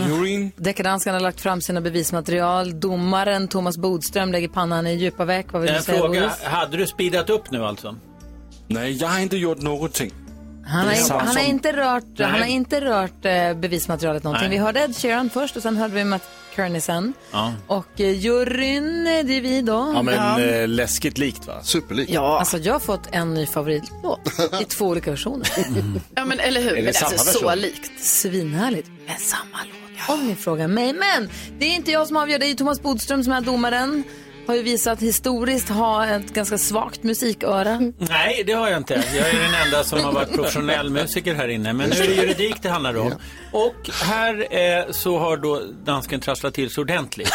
Vad säger Noreen?
Deckardansken har lagt fram sina bevismaterial. Domaren Thomas Bodström lägger pannan i djupa veck. Vad vill du
En
säga,
fråga,
Boris?
hade du speedat upp nu alltså?
Nej, jag har inte gjort någonting.
Han har,
Det är
inte,
samma
han har
som-
inte rört,
Nej.
han har inte rört eh, bevismaterialet någonting.
Nej.
Vi hörde Ed Sheeran först och sen hörde vi Matt Kearney sen.
Ja.
Och eh, juryn, det är vi då.
Ja, men eh, läskigt likt va?
Superlikt.
Ja. Alltså jag har fått en ny favoritlåt i två olika versioner.
Ja, men eller hur?
Är det
Men det Mm. är
samma
alltså så
version?
likt.
Svinhärligt. Men samma låt. Om ni frågar mig. Men det är inte jag som avgör, det är ju Thomas Bodström som är domaren. Har ju visat historiskt ha ett ganska svagt musiköra.
Nej, det har jag inte. Jag är den enda som har varit professionell musiker här inne. Men nu är det juridik det handlar om. Och här eh, så har då dansken trasslat till sig ordentligt.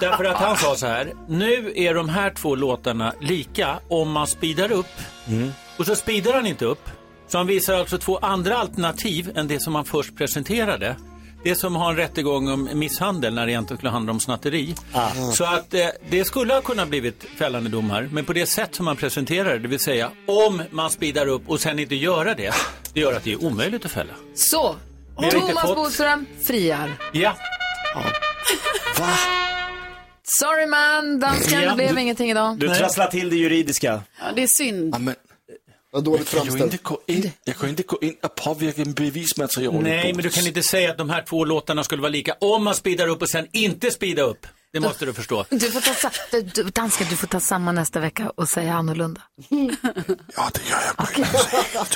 Därför att han sa så här. Nu är de här två låtarna lika om man speedar upp.
Mm.
Och så speedar han inte upp. Så han visar alltså två andra alternativ än det som han först presenterade. Det som har en rättegång om misshandel när det egentligen skulle handla om snatteri. Så att eh, det skulle ha kunnat blivit fällande dom här, men på det sätt som man presenterar det, det vill säga om man speedar upp och sen inte göra det, det gör att det är omöjligt att fälla.
Så,
Vi har inte
Thomas
fått-
Bodström friar.
Ja.
Sorry man, dansken,
Ja,
det blev
du-
ingenting idag.
Du trasslar till det juridiska.
Ja, det är synd.
men,
Vad
jag, kan ju inte gå in, jag kan ju inte gå in och påverka bevismaterialet.
Nej, men du kan inte säga att de här två låtarna skulle vara lika om man speedar upp och sen inte speedar upp. Det måste du förstå.
Du får ta, sa- du- du, dansken, du får ta samma nästa vecka och
*laughs*
säga annorlunda.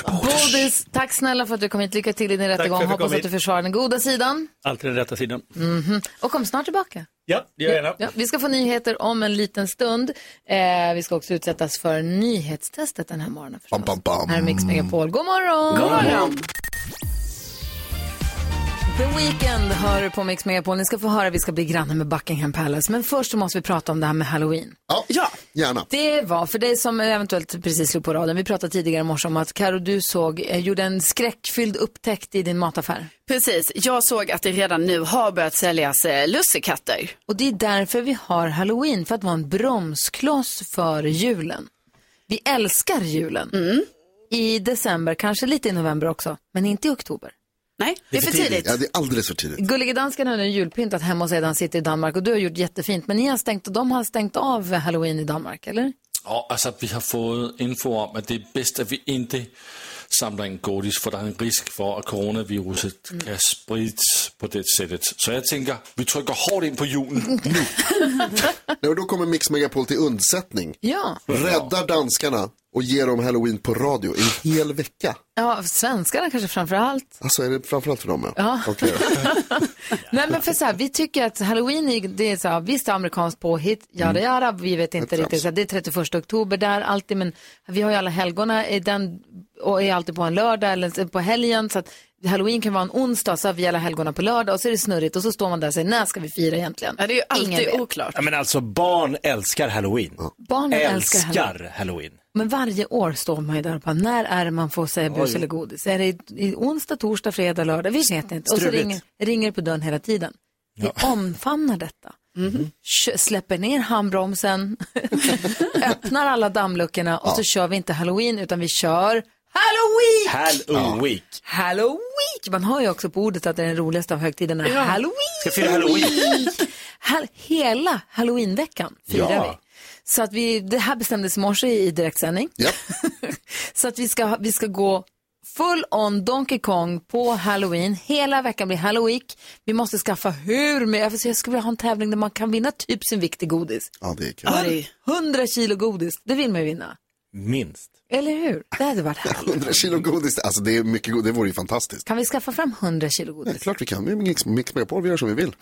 Bodis, tack snälla för att du kom hit. Lycka till i din
Tack för
rättegång.
att jag
Hoppas
kom
att du
hit.
försvarar den goda sidan.
Alltid den rätta sidan.
Mhm. Och kom snart tillbaka.
Ja, det gör jag gärna.
Ja, vi ska få nyheter om en liten stund. Eh, vi ska också utsättas för nyhetstestet den här morgonen.
Bam, bam, bam.
Här är Mix Megapol. God morgon!
God morgon.
The Weeknd hör du på Mix Megapol. Ni ska få höra, vi ska bli grannar med Buckingham Palace. Men först så måste vi prata om det här med Halloween.
Ja, gärna.
Det var, för dig som eventuellt precis slog på raden, vi pratade tidigare i morse om att Karo du såg, eh, gjorde en skräckfylld upptäckt i din mataffär.
Precis, jag såg att det redan nu har börjat säljas eh, lussekatter.
Och det är därför vi har halloween, för att vara en bromskloss för julen. Vi älskar julen.
Mm.
I december, kanske lite i november också, men inte i oktober.
Nej,
Ja, det är alldeles för tidigt.
Gullige dansken har nu julpyntat hemma hos er, han sitter i Danmark och du har gjort jättefint. Men ni har stängt, och de har stängt av halloween i Danmark, eller?
Ja, alltså vi har fått info om att det är bäst att vi inte samlar in godis för det är en risk för att coronaviruset kan spridas på det sättet. Så jag tänker, vi trycker hårt in på julen nu.
Nej, och då kommer Mix Megapol till undsättning.
Ja.
Räddar danskarna och ger dem halloween på radio en hel vecka.
Ja, svenskarna kanske framför allt.
Alltså är det framförallt för dem?
Ja.
Okej då.
Nej men för så här, vi tycker att halloween är, det är så här, visst det är amerikanskt påhitt, jada jada, vi vet inte
Ett
riktigt,
trams.
så här, det är 31 oktober där alltid, men vi har ju alla helgona i den, och är alltid på en lördag eller på helgen, så att halloween kan vara en onsdag, så har vi alla helgona på lördag och så är det snurrigt och så står man där och säger, när ska vi fira egentligen?
Ja, det är ju alltid
Ingen vet.
oklart.
Ja, men alltså barn älskar halloween.
Barnen älskar
älskar halloween.
Men varje år står man ju där och bara, när är det man får säga bus
Oj.
eller godis? Är det i, i onsdag, torsdag, fredag, lördag? Vi vet inte. Och så
Struligt.
ringer, ringer det på dörren hela tiden. Vi omfamnar detta. Mhm. Kö- Släpper ner handbromsen, *laughs* öppnar alla dammluckorna och så kör vi inte halloween utan vi kör halloween!
Halloween week.
Halloween! Man hör ju också på ordet att det är den roligaste av högtiderna.
Ja.
Halloween!
Ska fira halloween.
Hall- hela halloweenveckan firar
Ja.
vi. Så att vi, det här bestämdes i morse i direktsändning. *laughs* så att vi ska, ha- vi ska gå full on Donkey Kong på halloween. Hela veckan blir halloween. Vi måste skaffa hur mycket, jag skulle vilja ha en tävling där man kan vinna typ sin vikt i godis.
Ja, det är kul.
100 kilo godis, det vill man ju vinna.
Minst.
Eller hur? Det hade varit härligt.
100 kilo godis, alltså det är mycket godis, det vore ju fantastiskt.
Kan vi skaffa fram 100 kilo godis?
Det är klart vi kan, vi är Mix, mix Megapol, vi gör som vi vill.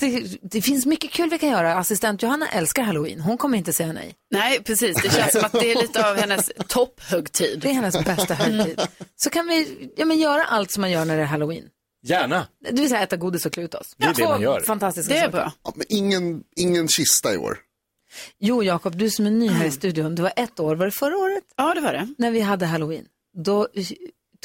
Det, det finns mycket kul vi kan göra. Assistent Johanna älskar halloween. Hon kommer inte säga nej.
Nej, precis. Det känns som att det är lite
*laughs*
av hennes topphögtid. Mm.
Det är hennes bästa högtid. Så kan vi ja, men göra allt som man gör när det är halloween.
Gärna.
Det vill säga äta godis och klä ut oss.
Det är det
Två
man gör.
Fantastiska
Det är
saker.
bra. Ja, men ingen, ingen kista i år.
Jo, Jakob, du som är ny här i studion. Det var ett år, var det förra året?
Ja, det var det.
När vi hade halloween. Då eh,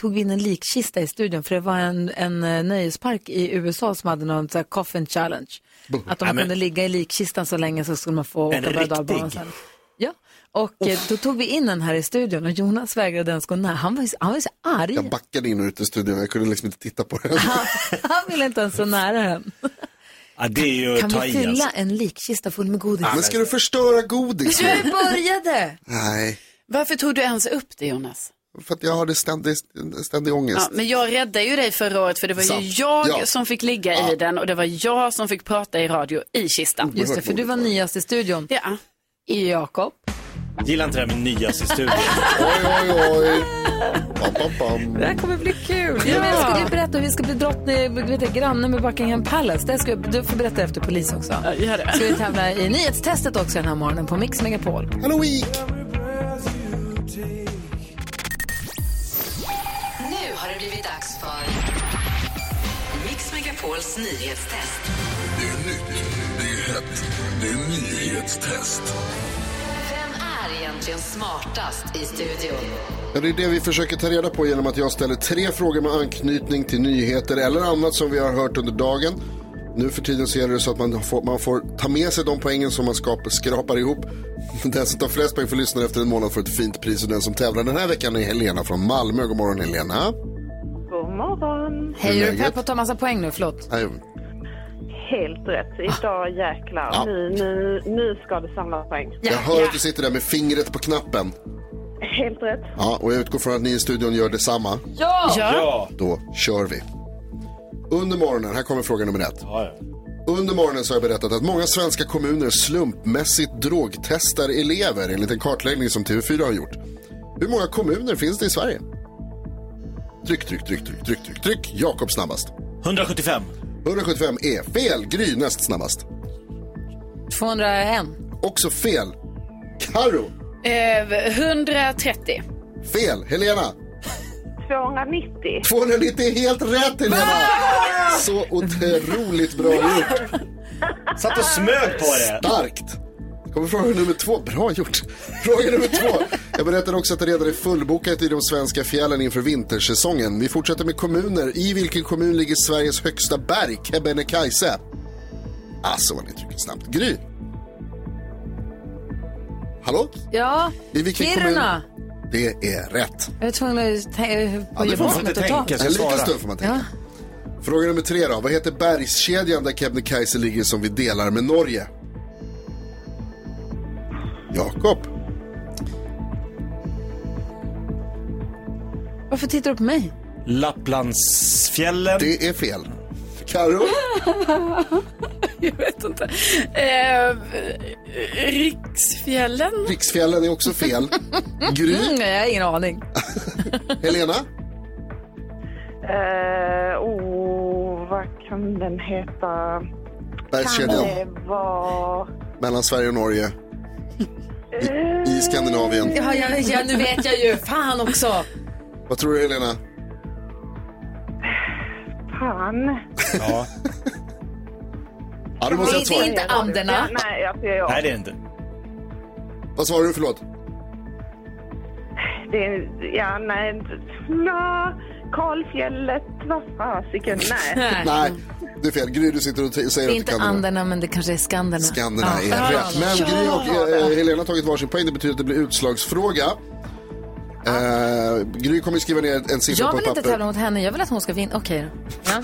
tog vi in en likkista i studion för det var en, en eh, nöjespark i USA som hade någon sån här coffin challenge. Att om
Ja,
man
men-
kunde ligga i likkistan så länge så skulle man få åka
En
berg och dalbana
riktig.
sen. Ja, och eh, då tog vi in en här i studion och Jonas vägrade ens gå nära. Han var ju så, han var ju så arg.
Jag backade in och ut i studion, jag kunde liksom inte titta på den.
*laughs* Han ville inte ens så nära den.
Ja, det är ju
Kan vi
alltså.
alltså.
fylla en likkista full med godis?
Men ska du förstöra godis?
Du började!
Nej.
Varför tog du ens upp det Jonas?
För att jag hade ständig, ständig ångest.
Ja, men jag räddade ju dig förra året för det var
Sant.
ju jag
Ja.
som fick ligga i den och det var jag som fick prata i radio i kistan.
Just det, för du var nyast i studion.
Ja.
Jakob.
Gillar inte det här med nyaste studion.
oj, oj, oj. Pam, pam,
Det här
pam.
kommer bli kul. Ja. men jag skulle ju berätta hur vi ska bli drottning, vet du, granne med Buckingham Palace. Det ska jag, du får berätta efter polis också.
gör det.
Ska vi tävla i nyhetstestet också den här morgonen på Mix Megapol.
Halloween!
Nu har det blivit dags för Mix Megapols nyhetstest.
Det är nytt, det är hett, det är nyhetstest.
Vem är egentligen smartast i studion?
Ja, det är det vi försöker ta reda på genom att jag ställer tre frågor med anknytning till nyheter eller annat som vi har hört under dagen. Nu för tiden så gäller det så att man får, man får ta med sig de poängen som man skap, skrapar ihop. Den som tar flest poäng får lyssna efter en månad får ett fint pris och den som tävlar den här veckan är Helena från Malmö. God morgon Helena.
God morgon.
Hej, är du
läget?
pepp på att ta massa poäng nu? Förlåt.
Nej,
Helt rätt. Idag jäklar.
Ja.
Nu, nu, nu ska du samla poäng.
Jag hör att du sitter där med fingret på knappen.
Helt rätt.
Ja, och jag utgår från att ni i studion gör detsamma.
Ja!
Då kör vi. Under morgonen, här kommer fråga nummer ett. Under morgonen så har jag berättat att många svenska kommuner slumpmässigt drogtestar elever enligt en kartläggning som TV4 har gjort. Hur många kommuner finns det i Sverige? Tryck, tryck, tryck, tryck, tryck, tryck, tryck. Jakob snabbast.
175.
175 är fel. Gry näst snabbast.
201.
Också fel. Karo,
Eh, 130.
fel. Helena,
290.
290 är helt rätt Helena! Så otroligt bra gjort.
Satt och smög på det.
Starkt. Kommer fråga nummer två. Bra gjort. Fråga nummer två. Jag berättar också att det redan är fullbokat i de svenska fjällen inför vintersäsongen. Vi fortsätter med kommuner. I vilken kommun ligger Sveriges högsta berg, Kebnekaise? Alltså vad ni trycker snabbt. Gry. Hallå?
Ja,
I vilken
Kiruna.
kommun? Det är rätt.
Jag var tvungen att tänka på
Ja, det får man
gymnasiet
inte
och ta.
tänka sig En liten svara. stund får man tänka.
Ja.
Fråga nummer tre då. Vad heter bergskedjan där Kebnekaise ligger som vi delar med Norge? Jakob.
Varför tittar du på mig?
Lapplandsfjällen.
Det är fel.
*laughs*
Karo.
jag vet inte. Eh, Riksfjällen?
Riksfjällen är också
*laughs*
fel. Gry.
Mm, jag har ingen aning.
Helena.
Eh, oh, vad kan den heta?
Bergskedjan.
Kan det vara...
Mellan Sverige och Norge. I, i Skandinavien.
Ja, ja, ja, nu vet jag ju. Fan också.
Vad tror du Helena?
Fan.
Ja.
*laughs* Ja, du måste ha ett
Det är
svar.
inte Anderna.
Nej, alltså jag,
Nej, det är inte.
Vad svarar du? Förlåt.
det är... Ja, nej. Nå, Karlfjället, vad fasiken. Nej.
*laughs* Nej, det är fel. Gry, du sitter och t-
Det
säger
är
att du
inte
kan det.
Anderna, men det kanske är Skanderna.
Skanderna
Ja.
är rätt. Men
Ja.
Gry och eh, Helena har tagit varsin poäng. Det betyder att det blir utslagsfråga. Eh, Gry kommer skriva ner en siffra
Jag
på
vill
ett
inte tävla
papper.
mot henne, jag vill att hon ska vinna. Okej då. Ja.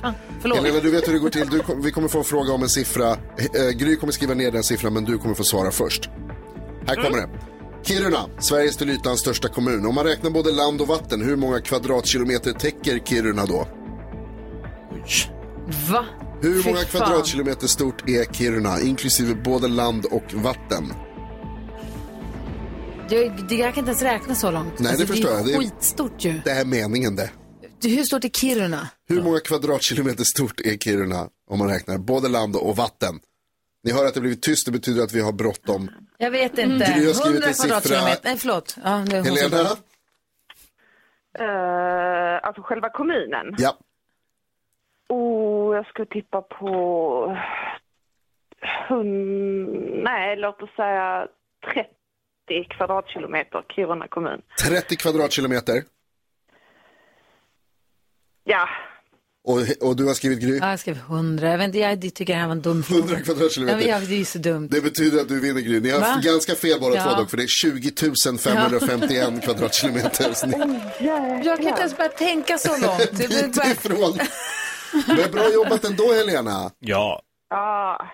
Fan, förlåt.
Helena, du vet hur det går till. Du, kom- vi kommer få en fråga om en siffra. Eh, Gry kommer skriva ner den siffran, men du kommer få svara först. Här kommer
Mm.
det. Kiruna, Sveriges till ytan största kommun. Om man räknar både land och vatten, hur många kvadratkilometer täcker Kiruna då?
Va?
Hur
Fy
många
fan.
kvadratkilometer stort är Kiruna, inklusive både land och vatten?
Jag, det- jag kan inte ens räkna så långt. Alltså,
Nej, det förstår
det är
jag. Det är-
skitstort ju.
Det är meningen det.
Du, Hur stort är Kiruna?
Hur många kvadratkilometer stort är Kiruna om man räknar både land och vatten? Ni hör att det blivit tyst, det betyder att vi har bråttom.
Jag vet inte.
Gry har skrivit en
100
siffra.
Mm. kvadratkilometer. Nej, förlåt. Ja, det är hon som-
Helena?
Eh, alltså själva kommunen.
Ja.
Oh, jag skulle tippa på... Hun... Nej, låt oss säga 30 kvadratkilometer Kiruna kommun.
30 kvadratkilometer.
Ja,
Och, och du har skrivit Gry?
Ja, jag skrev 100. Jag, vet inte, jag tycker det här var en dum fråga.
100
Ja, men
kvadratkilometer.
jag, det är ju så dumt.
Det betyder att du vinner Gry. Ni har haft
Va?
ganska fel båda
Ja.
två dock, för det är 20 551 kvadratkilometer. Så ni-
Jag kan inte ens börja tänka så
*laughs*
långt. Det blir
Bit ifrån. Men bra jobbat ändå Helena.
Ja.
ja.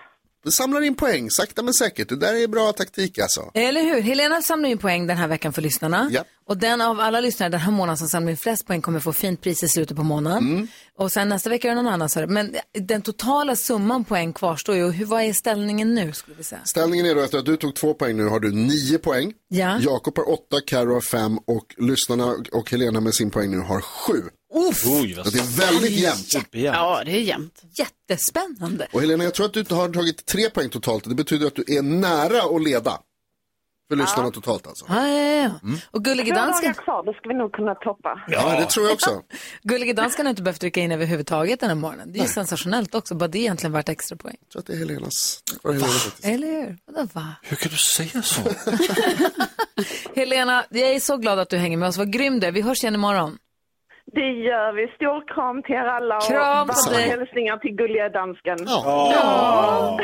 Det samlar in poäng, sakta men säkert. Det där är bra taktik alltså.
Eller hur? Helena samlar in poäng den här veckan för lyssnarna.
Ja.
Och den av alla lyssnare den här månaden som samlar in flest poäng kommer få fint pris i slutet på månaden.
Mm.
Och sen nästa vecka är det någon annan. som- Men den totala summan poäng kvarstår ju. Hur, vad är ställningen nu skulle vi säga?
Ställningen är då efter att du tog två poäng nu har du nio poäng.
Ja.
Jakob har åtta, Karo har fem och lyssnarna och Helena med sin poäng nu har sju.
Uff.
Oj,
Så det är väldigt jämnt.
Ja, det är jämnt.
Jättespännande.
Och Helena, jag tror att du har tagit tre poäng totalt. Det betyder att du är nära att leda. För lyssnarna totalt alltså.
Ja, ja, ja. Och gullige
Två dagar
dansken,
kvar, då ska vi nog kunna toppa.
Ja, det tror jag också.
*laughs* gullige dansken har inte behövt rycka in överhuvudtaget den här morgonen. Det är ju sensationellt också. Bara det är egentligen värt extra poäng.
Jag tror att det är Helenas. Det var Helena.
Eller hur? Vadå va?
Hur kan du säga så?
Helena, jag är så glad att du hänger med oss. Vad grym du är. Vi hörs igen imorgon.
Det gör vi. Stor kram till er alla och
Kram på
varma
dig.
hälsningar till gulliga dansken.
Ja.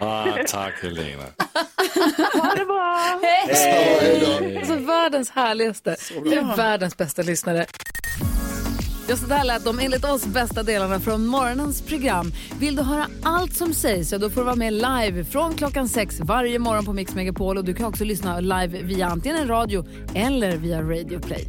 Ah, tack Helena.
Ha det bra!
Alltså världens härligaste. Du är världens bästa lyssnare. Ja, så där lät de enligt oss bästa delarna från morgonens program. Vill du höra allt som sägs så då får du vara med live från klockan sex varje morgon på Mix Megapol. Och du kan också lyssna live via antingen radio eller via Radio Play.